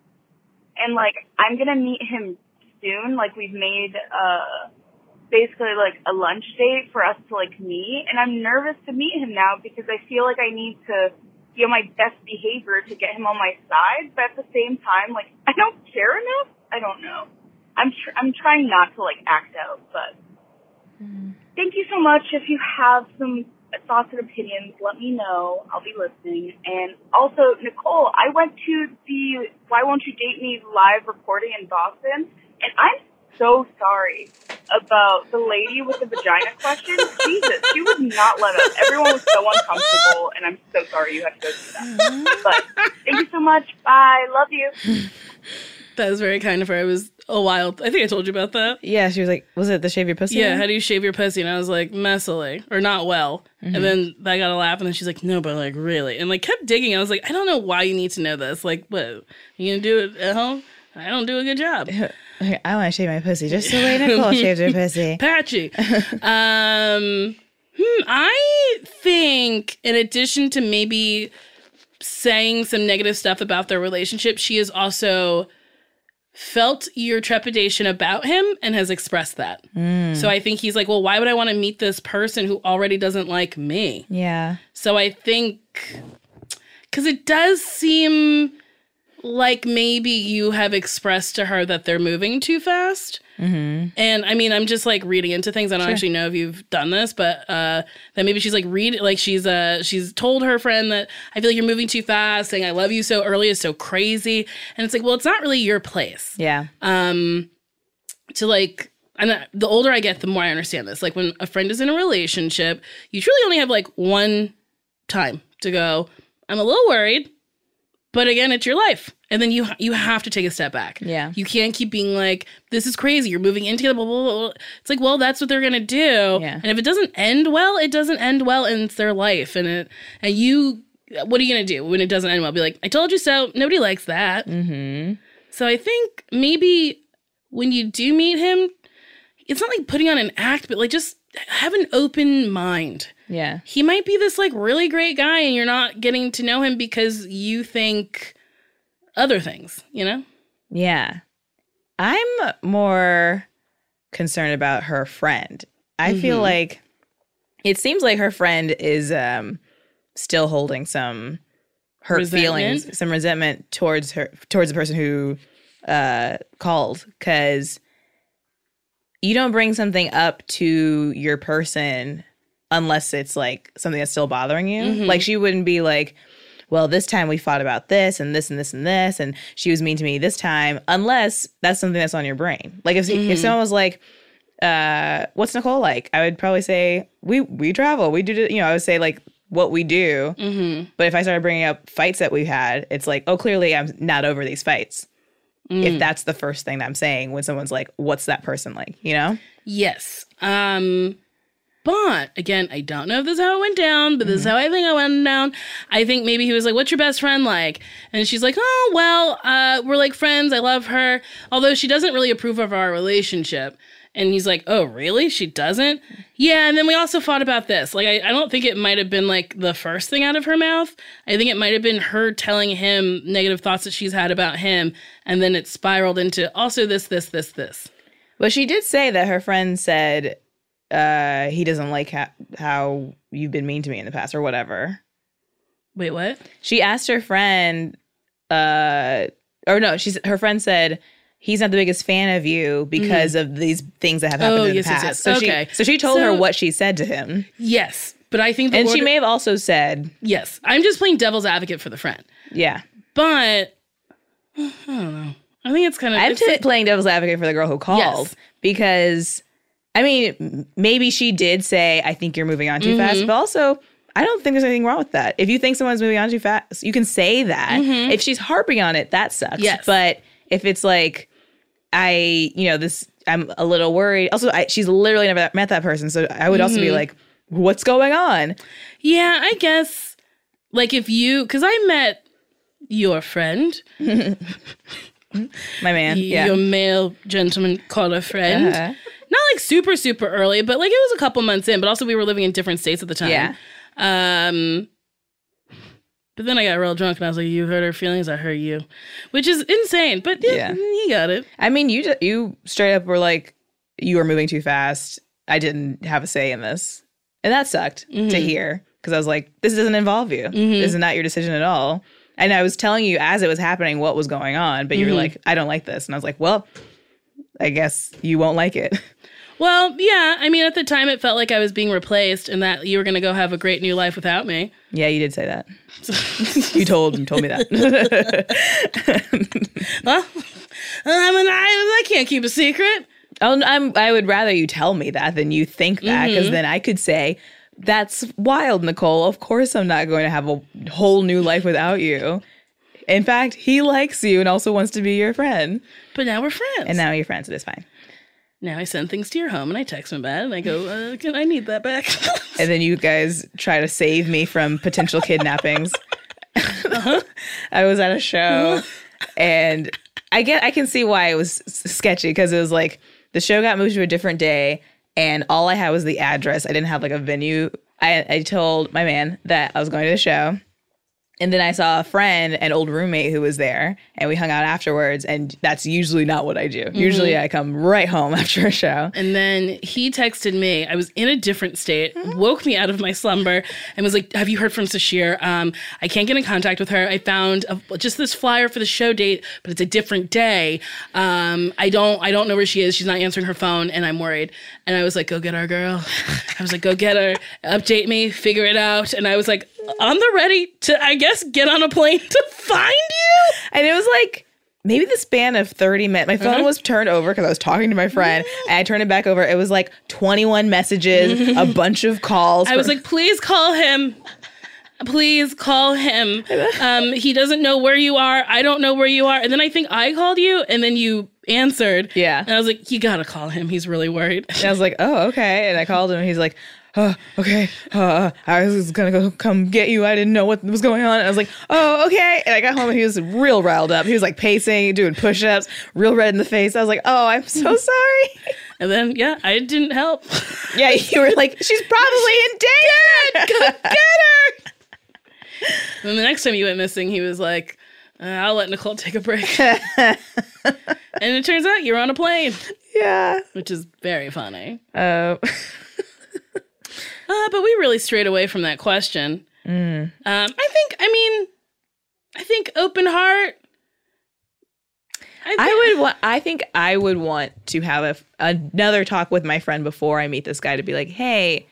S10: And like I'm gonna meet him soon. Like we've made uh basically like a lunch date for us to like meet and I'm nervous to meet him now because I feel like I need to be on my best behavior to get him on my side, but at the same time, like I don't care enough. I don't know. I'm tr- I'm trying not to like act out, but thank you so much. If you have some thoughts and opinions, let me know. I'll be listening. And also, Nicole, I went to the Why Won't You Date Me live recording in Boston, and I'm so sorry about the lady with the vagina question. Jesus, she would not let us. Everyone was so uncomfortable, and I'm so sorry you had to go through that. But thank you so much. Bye. Love you.
S1: That was very kind of her. It was a wild. I think I told you about that.
S3: Yeah, she was like, "Was it the shave your pussy?"
S1: Yeah,
S3: one?
S1: how do you shave your pussy? And I was like, messily or not well. And then I got a laugh, and then she's like, no, but like really, and like kept digging. I was like, I don't know why you need to know this. Like, what you gonna do it at home? I don't do a good job.
S3: Okay, I want to shave my pussy just the [laughs] way Nicole shaved her pussy.
S1: Patchy. [laughs] um, hmm, I think, in addition to maybe saying some negative stuff about their relationship, she has also felt your trepidation about him and has expressed that. So I think he's like, well, why would I want to meet this person who already doesn't like me?
S3: Yeah.
S1: So I think because it does seem like maybe you have expressed to her that they're moving too fast. Mm-hmm. And I mean, I'm just like reading into things. I don't actually know if you've done this, but uh, that maybe she's like read like she's uh she's told her friend that I feel like you're moving too fast. Saying I love you so early is so crazy, and it's like, well, it's not really your place
S3: Yeah.
S1: um to like and I- the older I get, the more I understand this. Like when a friend is in a relationship, you truly only have like one time to go. I'm a little worried, but again, it's your life, and then you you have to take a step back.
S3: Yeah.
S1: you can't keep being like, "This is crazy." You're moving into the blah blah blah. blah. It's like, well, that's what they're gonna do.
S3: Yeah.
S1: And if it doesn't end well, it doesn't end well, and it's their life. And it and you, what are you gonna do when it doesn't end well? Be like, "I told you so." Nobody likes that.
S3: Mm-hmm.
S1: So I think maybe when you do meet him, it's not like putting on an act, but like just have an open mind.
S3: Yeah.
S1: He might be this like really great guy and you're not getting to know him because you think other things, you know?
S3: Yeah. I'm more concerned about her friend. I feel like it seems like her friend is um still holding some her feelings,
S1: Resentment?
S3: some resentment towards her towards the person who uh called cuz you don't bring something up to your person unless it's like something that's still bothering you. Like she wouldn't be like, well, this time we fought about this and this and this and this, and she was mean to me this time, unless that's something that's on your brain. Like if if someone was like, uh, what's Nicole like? I would probably say we we travel, we do, you know, I would say like what we do.
S1: Mm-hmm.
S3: But if I started bringing up fights that we've had, it's like, oh, clearly I'm not over these fights.
S1: Mm.
S3: If that's the first thing that I'm saying when someone's like, what's that person like? You know?
S1: Yes. Um but again, I don't know if this is how it went down, but this is how I think it went down. I think maybe he was like, What's your best friend like? And she's like, Oh, well, uh, we're like friends. I love her. Although she doesn't really approve of our relationship. And he's like, Oh, really? She doesn't? Yeah. And then we also fought about this. Like, I, I don't think it might have been like the first thing out of her mouth. I think it might have been her telling him negative thoughts that she's had about him. And then it spiraled into also this, this, this, this.
S3: Well, she did say that her friend said uh, he doesn't like how, how you've been mean to me in the past or whatever.
S1: Wait, what?
S3: She asked her friend, uh, or no, she's her friend said he's not the biggest fan of you because of these things that have happened
S1: Mm. Oh,
S3: in
S1: yes,
S3: the
S1: yes,
S3: past.
S1: yes.
S3: So
S1: Okay.
S3: she so she told her
S1: So-
S3: what she said to him.
S1: Yes, but I think the
S3: And she
S1: order-
S3: may have also said,
S1: yes. I'm just playing devil's advocate for the friend,
S3: yeah.
S1: but [sighs] I don't know. I think it's kind of
S3: I'm
S1: it's-
S3: t- playing devil's advocate for the girl who called
S1: Yes.
S3: because I mean, m- maybe she did say, I think you're moving on too
S1: Mm-hmm.
S3: fast, but also I don't think there's anything wrong with that. If you think someone's moving on too fast, you can say that. If she's harping on it, that sucks.
S1: Mm-hmm. Yes.
S3: But if it's like, I, you know, this, I'm a little worried. Also, I, she's literally never met that person. So I would also
S1: Mm-hmm.
S3: be like, what's going on?
S1: yeah. I guess like if you because I met your friend,
S3: My man. yeah.
S1: your male gentleman called a friend.
S3: Uh-huh.
S1: Not like super super early, but like it was a couple months in. But also we were living in different states at the time.
S3: Yeah.
S1: Um, but then I got real drunk and I was like, "You hurt her feelings. I hurt you," which is insane. But
S3: Yeah.
S1: yeah, he got it.
S3: I mean, you ju- you straight up were like, you were moving too fast. I didn't have a say in this, and that sucked to hear because I was like, this doesn't involve you. This is not your decision at all. And I was telling you as it was happening what was going on, but you were like, I don't like this, and I was like, well, I guess you won't like it. [laughs]
S1: Well, yeah. I mean, at the time, it felt like I was being replaced, and that you were going to go have a great new life without me.
S3: yeah, you did say that. you told you told me that. [laughs]
S1: Well, I'm an, I, I can't keep a secret.
S3: Oh, no, I'm, I would rather you tell me that than you think that, because then I could say, "That's wild, Nicole. Of course, I'm not going to have a whole new life without you. In fact, he likes you and also wants to be your friend,
S1: But now we're friends.
S3: and now you're friends. So it's fine.
S1: now I send things to your home, and I text him back, and I go, uh, "Can I need that back?" [laughs]
S3: And then you guys try to save me from potential kidnappings. [laughs] I was at a show, and I get I can see why it was s- sketchy because it was like the show got moved to a different day, and all I had was the address. I didn't have like a venue. I, I told my man that I was going to the show, and then I saw a friend, an old roommate who was there, and we hung out afterwards. And that's usually not what I do. Usually I come right home [laughs] after a show.
S1: And then he texted me. I was in a different state, woke me out of my slumber, and was like, "Have you heard from Sashir? Um, I can't get in contact with her. I found a, just this flyer for the show date, but it's a different day. Um, I don't, I don't know where she is. She's not answering her phone, and I'm worried." And I was like, "Go get her, girl." [laughs] I was like, "Go get her. Update me. Figure it out." And I was like, "On the ready to, I guess, get on a plane to [laughs] find
S3: [laughs]
S1: you."
S3: And it was like maybe the span of 30 minutes. My phone was turned over because I was talking to my friend and I turned it back over. It was like 21 messages, [laughs] a bunch of calls.
S1: I was
S3: from-
S1: like, please call him. Please call him. Um, he doesn't know where you are. I don't know where you are. And then I think I called you, and then you answered.
S3: Yeah.
S1: And I was like, you gotta call him. He's really worried.
S3: and I was like, oh, okay. And I called him and he's like, oh, okay. Uh, I was going to go come get you. I didn't know what was going on. And I was like, oh, okay. And I got home and he was real riled up. He was like pacing, doing push ups, real red in the face. I was like, oh, I'm [laughs] so sorry.
S1: And then yeah, I didn't help.
S3: yeah, you were like, [laughs] she's probably in danger. get her.
S1: And the next time you went missing, he was like, uh, I'll let Nicole take a break. and it turns out you're on a plane,
S3: [laughs] Yeah.
S1: which is very funny.
S3: Uh,
S1: Uh, but we really strayed away from that question.
S3: Mm.
S1: Um, I think, I mean, I think open heart.
S3: I would. Wa- I think I would want to have a f another talk with my friend before I meet this guy to be like, hey,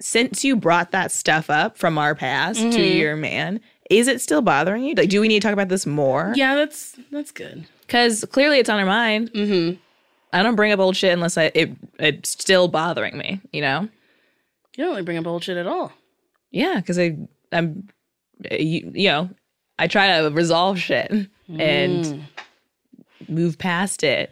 S3: since you brought that stuff up from our past to your man, is it still bothering you? Like, do we need to talk about this more?
S1: Yeah, that's that's good.
S3: because clearly it's on her mind.
S1: hmm
S3: I don't bring up old shit unless I it it's still bothering me. You know?
S1: You don't really bring up old shit at all.
S3: Yeah, because I I'm uh, you, you know I try to resolve shit and move past it.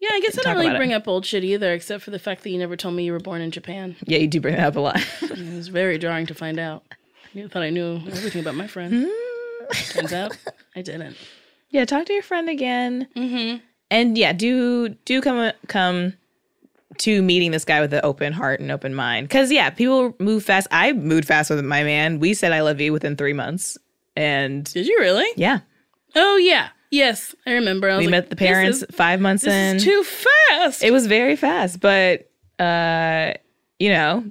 S1: Yeah, I guess I
S3: Talk
S1: don't really
S3: about it.
S1: bring up old shit either, except for the fact that you never told me you were born in Japan.
S3: Yeah, you do bring that up a lot.
S1: It was very jarring to find out. You thought I knew everything about my friend.
S3: Mm. [laughs]
S1: Turns out I didn't.
S3: Yeah, talk to your friend again,
S1: Mm-hmm.
S3: and yeah, do do come come to meeting this guy with an open heart and open mind. Because yeah, people move fast. I moved fast with my man. We said I love you within three months, and
S1: Did you really?
S3: yeah,
S1: Oh yeah, yes, I remember. I
S3: we
S1: was like,
S3: met the
S1: this
S3: parents
S1: is-
S3: five months
S1: This
S3: in.
S1: is too fast.
S3: it was very fast, but uh, you know,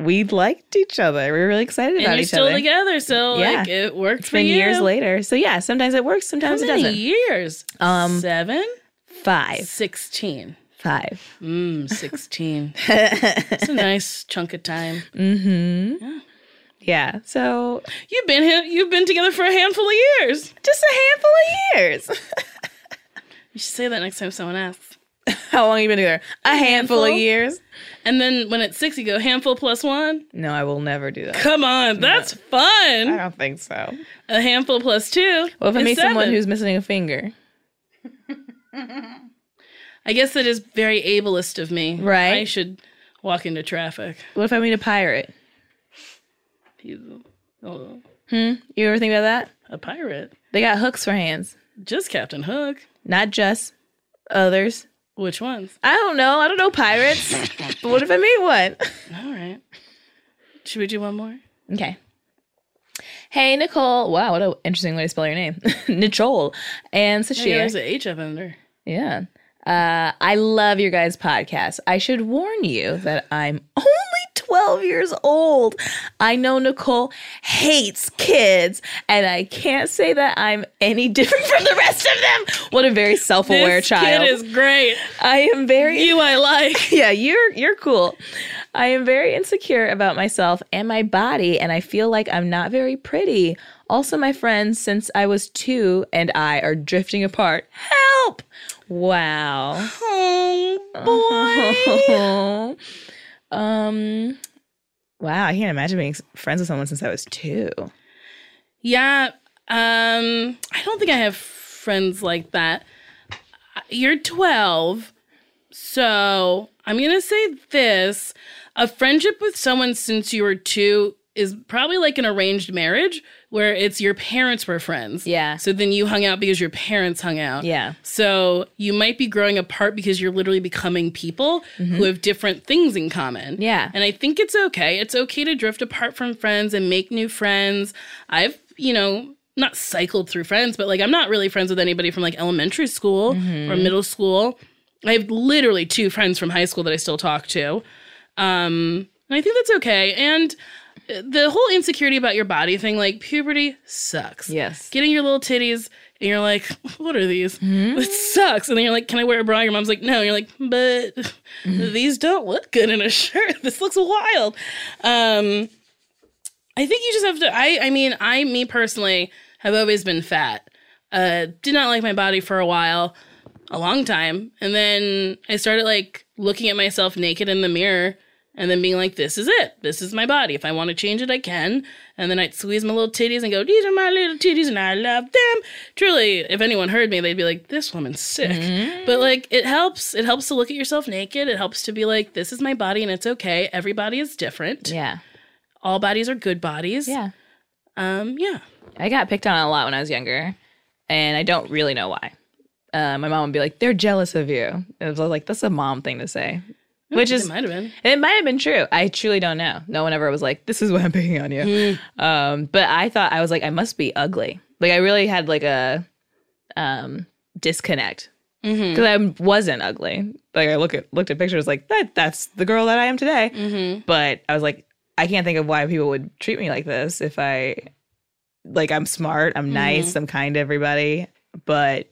S3: we liked each other. We were really excited
S1: And
S3: about
S1: you're
S3: each
S1: still
S3: other.
S1: together, so
S3: Yeah.
S1: like it worked
S3: It's
S1: for
S3: been
S1: you.
S3: years later. So yeah, sometimes it works,
S1: How
S3: sometimes it
S1: many
S3: doesn't.
S1: years?
S3: Um,
S1: seven,
S3: Five.
S1: sixteen.
S3: Five. [laughs]
S1: Mm, sixteen. It's a nice chunk of time.
S3: hmm
S1: Yeah.
S3: Yeah. So
S1: You've been ha- you've been together for a handful of years.
S3: just a handful of years. [laughs]
S1: You should say that next time someone asks.
S3: How long you been together? A handful of
S1: handful?
S3: years.
S1: And then when it's six, you go handful plus one.
S3: No, I will never do
S1: [laughs]
S3: that.
S1: Come on, that's
S3: I
S1: fun.
S3: don't think so.
S1: A handful plus two.
S3: Well, if I
S1: is
S3: meet someone
S1: seven.
S3: who's missing a finger,
S1: I guess that is very ableist of me.
S3: Right.
S1: I should walk into traffic.
S3: what if I meet a pirate?
S1: You- oh,
S3: Hmm. You ever think about that?
S1: a pirate.
S3: They got hooks for hands,
S1: Just Captain Hook.
S3: not just others.
S1: Which ones?
S3: I don't know. I don't know
S1: [laughs]
S3: pirates. but what if I meet one? [laughs]
S1: All right. Should we do one more?
S3: Okay. Hey, Nicole. Wow, what an interesting way to spell your name. [laughs] Nicole and
S1: Hey,
S3: Sashir.
S1: there's an H up in there.
S3: Yeah. Uh, I love your guys' podcast. I should warn you that I'm only 12 years old. I know Nicole hates kids, and I can't say that I'm any [laughs] different from the rest of them. What a very self-aware
S1: this
S3: child.
S1: kid is great.
S3: I am very
S1: You I
S3: [laughs]
S1: like.
S3: yeah, you're you're cool. I am very insecure about myself and my body, and I feel like I'm not very pretty. Also, my friends since I was two and I are drifting apart. Help! Wow. Oh boy. [laughs] um. Wow, I can't imagine being friends with someone since I was two.
S1: Yeah. Um, I don't think I have friends like that. You're 12. So I'm going to say this a friendship with someone since you were two is probably like an arranged marriage where it's your parents were friends.
S3: Yeah.
S1: So then you hung out because your parents hung out.
S3: Yeah.
S1: So you might be growing apart because you're literally becoming people who have different things in common.
S3: Yeah.
S1: And I think it's okay. It's okay to drift apart from friends and make new friends. I've, you know, not cycled through friends, but like I'm not really friends with anybody from like elementary school or middle school. I have literally two friends from high school that I still talk to. Um, and I think that's okay. And uh, the whole insecurity about your body thing, like puberty sucks.
S3: Yes.
S1: Getting your little titties and you're like, [laughs] what are these? It sucks. And then you're like, can I wear a bra? Your mom's like, no. And you're like, but these don't look good in a [laughs] shirt. This looks wild. Um, I think you just have to. I, I mean, I, me personally, have always been fat. Uh, did not like my body for a while, a long time, and then I started like looking at myself naked in the mirror, and then being like, "This is it. This is my body. If I want to change it, I can." And then I'd squeeze my little titties and go, "These are my little titties, and I love them." Truly, if anyone heard me, they'd be like, "This woman's sick."
S3: Mm-hmm.
S1: But like, it helps. It helps to look at yourself naked. It helps to be like, "This is my body, and it's okay. Everybody is different.
S3: Yeah.
S1: All bodies are good bodies."
S3: Yeah.
S1: Um. Yeah.
S3: I got picked on a lot when I was younger, and I don't really know why. Uh, my mom would be like, "They're jealous of you." It was like that's a mom thing to say, which
S1: it
S3: is
S1: might have been.
S3: it might have been true. I truly don't know. No one ever was like, "This is why I'm picking on you." um, but I thought I was like, I must be ugly. Like I really had like a um, disconnect because I wasn't ugly. Like I look at looked at pictures like that. That's the girl that I am today. But I was like, I can't think of why people would treat me like this if I like I'm smart, I'm nice, I'm kind to everybody. But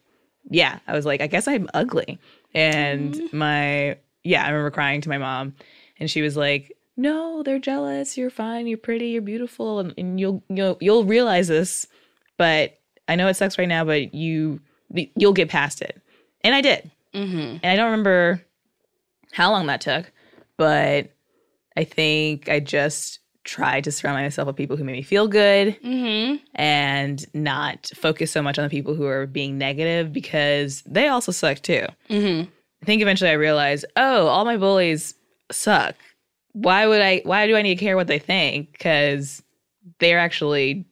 S3: yeah, I was like, I guess I'm ugly. And my yeah, I remember crying to my mom and she was like, No, they're jealous, you're fine, you're pretty, you're beautiful, and, and you'll you'll you'll realize this, but I know it sucks right now, but you you'll get past it. And I did.
S1: Mm-hmm.
S3: And I don't remember how long that took, but I think I just tried to surround myself with people who made me feel good
S1: Mm-hmm.
S3: and not focus so much on the people who are being negative because they also suck too.
S1: Mm-hmm.
S3: I think eventually I realized, oh, all my bullies suck. Why would I? Why do I need to care what they think? Because they're actually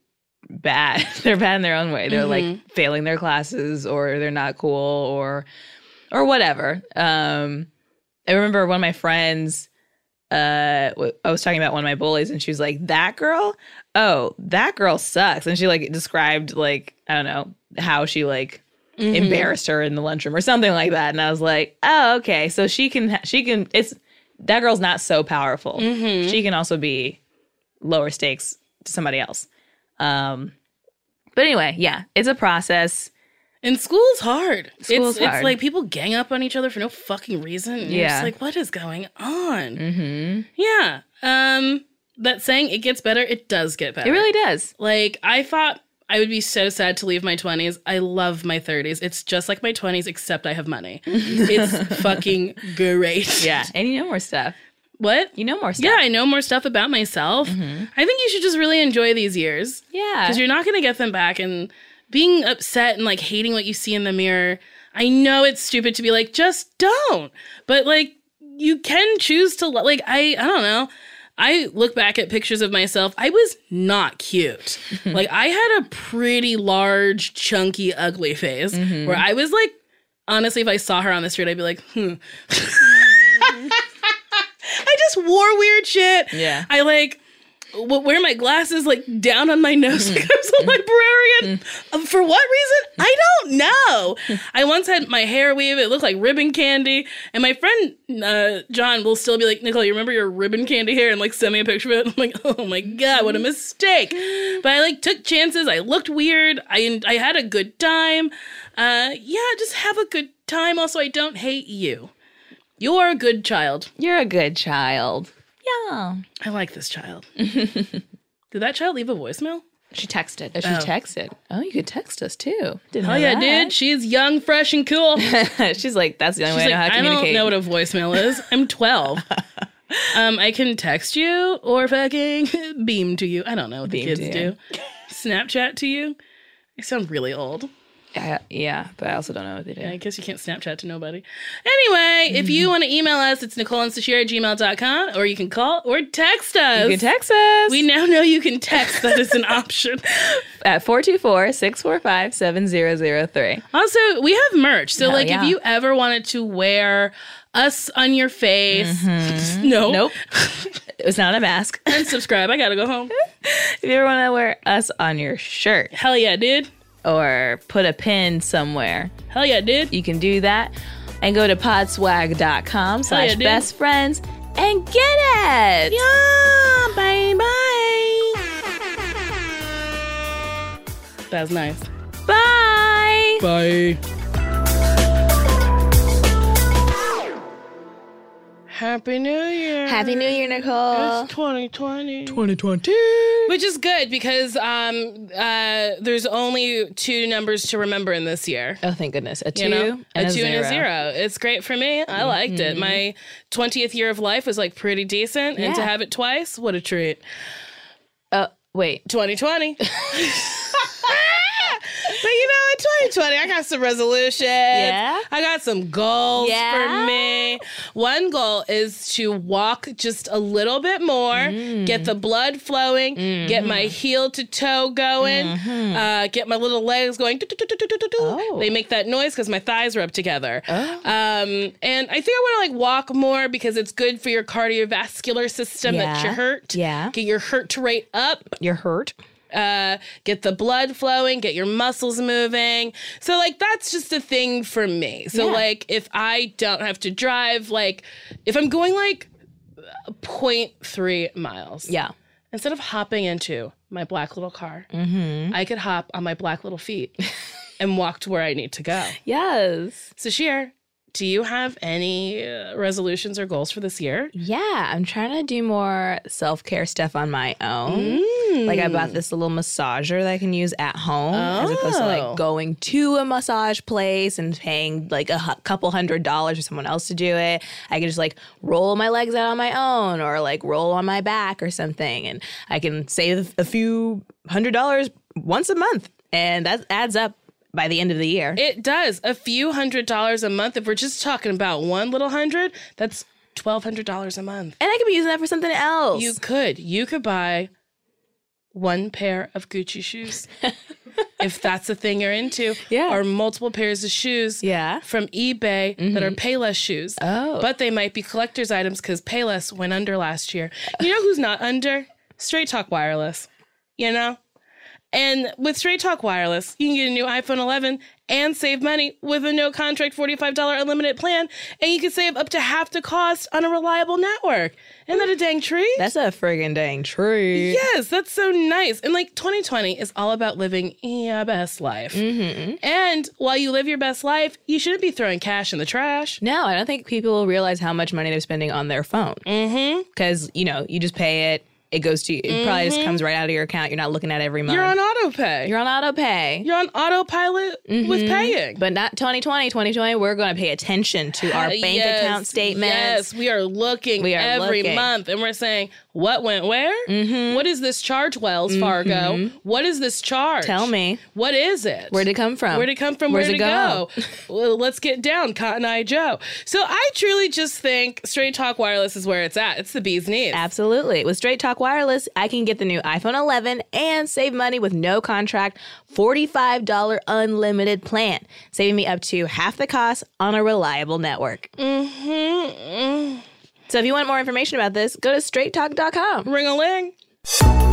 S3: bad. [laughs] they're bad in their own way. They're like failing their classes, or they're not cool, or or whatever. Um, I remember one of my friends. Uh, w- I was talking about one of my bullies, and she was like, "That girl, oh, that girl sucks," and she like described like I don't know how she like Mm-hmm. embarrassed her in the lunchroom or something like that. And I was like, oh, okay. So she can, she can, it's, that girl's not so powerful. She can also be lower stakes to somebody else. Um, but anyway, yeah, it's a process.
S1: And school's hard.
S3: School's
S1: it's, it's
S3: hard.
S1: like people gang up on each other for no fucking reason. And You're
S3: Yeah.
S1: just like, what is going on?
S3: Mm-hmm.
S1: Yeah. Um, that saying, it gets better, it does get better.
S3: It really does.
S1: Like, I thought I would be so sad to leave my 20s. I love my 30s. It's just like my 20s, except I
S3: [laughs]
S1: have money. it's fucking great.
S3: Yeah, and you know more stuff.
S1: What?
S3: You know more stuff. Mm-hmm.
S1: Yeah, I know more stuff about myself. I think you should just really enjoy these years
S3: yeah.
S1: because you're not going to get them back. And being upset and like hating what you see in the mirror, I know it's stupid to be like, just don't. But like, you can choose to lo- like. I I don't know. I look back at pictures of myself. I was
S3: [laughs]
S1: not cute. like I had a pretty large, chunky, ugly face
S3: Mm-hmm.
S1: where I was like, honestly, if I saw her on the street, I'd be like,
S3: [laughs]
S1: hmm. [laughs] I just wore weird shit.
S3: Yeah.
S1: I like w- wear my glasses like down on my nose like I was a librarian. Um, For what reason? I don't know. I once had my hair weave; it looked like ribbon candy. And my friend uh, John will still be like, "Nicole, you remember your ribbon candy hair?" And like send me a picture of it. [laughs] I'm like, "Oh my god, what a mistake!" But I like took chances. I looked weird. I I had a good time. Uh, yeah, just have a good time. Also, I don't hate you. You're a good child.
S3: You're a good child. Yeah.
S1: I like this child. Did that child leave a voicemail?
S3: She texted. Oh, she texted. Oh, you could text us too. Didn't
S1: Oh
S3: know
S1: yeah,
S3: that.
S1: dude. She's young, fresh, and
S3: [laughs]
S1: cool. She's
S3: She's like, that's the only way I
S1: like,
S3: know how to
S1: I
S3: communicate.
S1: don't know what a voicemail is.
S3: [laughs]
S1: I'm 12. um, I can text you or fucking [laughs] beam to you. I don't know what
S3: Beam
S1: the kids
S3: to
S1: do.
S3: you.
S1: [laughs] Snapchat to you. I sound really old.
S3: I- yeah, but I also don't know what they do.
S1: I guess you can't Snapchat to nobody. Anyway, if
S3: Mm-hmm.
S1: you want to email us, it's Nicole and Sashir at gmail.com, or you can call or text us.
S3: you can text us
S1: we now know you can text. That is an [laughs] option.
S3: at 424 645 7003.
S1: Also, we have merch. So,
S3: Hell
S1: like,
S3: yeah.
S1: if you ever wanted to wear us on your face, [laughs] no,
S3: Mm-hmm. Nope. it was not a mask. if
S1: [laughs] and subscribe. I gotta go home.
S3: you ever want to wear us on your shirt
S1: Hell yeah, dude.
S3: or put a pin somewhere,
S1: Hell yeah, dude.
S3: you can do that and go to podswag.com
S1: yeah,
S3: slash
S1: dude.
S3: best friends and get it. Yeah, bye bye.
S1: That was nice.
S3: Bye.
S1: Bye. Happy New Year.
S8: Happy New Year, Nicole.
S1: 2020. 2020. Which is good because um uh there's only two numbers to remember in this year.
S3: Oh, thank goodness. A Mm-hmm. two,
S1: you know
S3: and
S1: a two and a zero it's great for me i liked it my 20th year of life was like pretty decent and to
S3: Yeah.
S1: have it twice what a treat
S3: Oh, wait. [laughs]
S1: [laughs] 2020 but you know in 2020 i got some resolutions yeah. i got some goals for me one goal is to walk just a little bit more
S3: Mm.
S1: get the blood flowing get
S3: Mm-hmm.
S1: my heel to toe going uh, get my little legs going
S3: Oh.
S1: they make that noise because my thighs are up together um, and i think i want to like walk more because it's good for your cardiovascular system that
S3: Yeah.
S1: you hurt
S3: Yeah.
S1: get your hurt rate up
S3: You're hurt.
S1: uh, get the blood flowing, get your muscles moving. So like that's just a thing for me. So like if I don't have to drive, like if I'm going like 0.3 miles,
S3: Yeah.
S1: instead of hopping into my black little car,
S3: Mm-hmm.
S1: I could hop on my black little feet [laughs] and walk to where I need to go.
S3: Yes.
S1: So Sheer, do you have any uh, resolutions or goals for this year?
S3: Yeah, I'm trying to do more self care stuff on my own.
S1: Mm.
S3: Like I bought this little massager that I can use at home, as opposed to
S1: Oh.
S3: like going to a massage place and paying like a hu- couple hundred dollars for someone else to do it. I can just like roll my legs out on my own, or like roll on my back or something, and I can save a few hundred dollars once a month, and that adds up by the end of the year.
S1: It does. A few hundred dollars a month. If we're just talking about one little hundred, that's twelve hundred dollars a month.
S3: and I could be using that for something else.
S1: You could. You could buy one pair of Gucci
S3: [laughs]
S1: shoes. if that's the thing you're into.
S3: Yeah.
S1: Or multiple pairs of shoes.
S3: yeah. Mm-hmm.
S1: From eBay that are Payless shoes.
S3: Oh.
S1: But they might be collector's items because Payless went under last year. You know who's not under? Straight Talk Wireless. You know? And with Straight Talk Wireless, you can get a new iPhone 11 and save money with a no contract $45 unlimited plan, and you can save up to half the cost on a reliable network. Isn't that a dang treat?
S3: That's a friggin' dang tree.
S1: Yes, that's so nice. And like 2020 is all about living your best life. And while you live your best life, you shouldn't be throwing cash in the trash.
S3: No, I don't think people realize how much money they're spending on their phone.
S1: Mm-hmm.
S3: Because, you know, you just pay it, it goes to you, it probably just comes right out of your account. You're not looking at it every month.
S1: You're on auto pay.
S3: You're on auto pay.
S1: You're on autopilot with paying.
S3: But not 2020, 2020, we're going to pay attention to
S1: [laughs]
S3: our
S1: Uh,
S3: bank
S1: yes,
S3: account statements.
S1: Yes, we are looking
S3: We are
S1: every
S3: looking. Mm-hmm.
S1: month and we're saying, what went where? What is this charge, Wells Fargo? What is this charge?
S3: Tell me.
S1: What is it?
S3: Where'd it come from?
S1: Where'd it come from?
S3: Where'd
S1: Where'd
S3: it
S1: it
S3: go?
S1: go?
S3: [laughs]
S1: well, let's get down, Cotton Eye Joe. So I truly just think Straight Talk Wireless is where it's at. It's the bee's knees.
S3: Absolutely. With Straight Talk Wireless, I can get the new iPhone 11 and save money with no contract, $45 unlimited plan, saving me up to half the cost on a reliable network. So if you want more information about this, go to straighttalk.com.
S1: Ring a ling.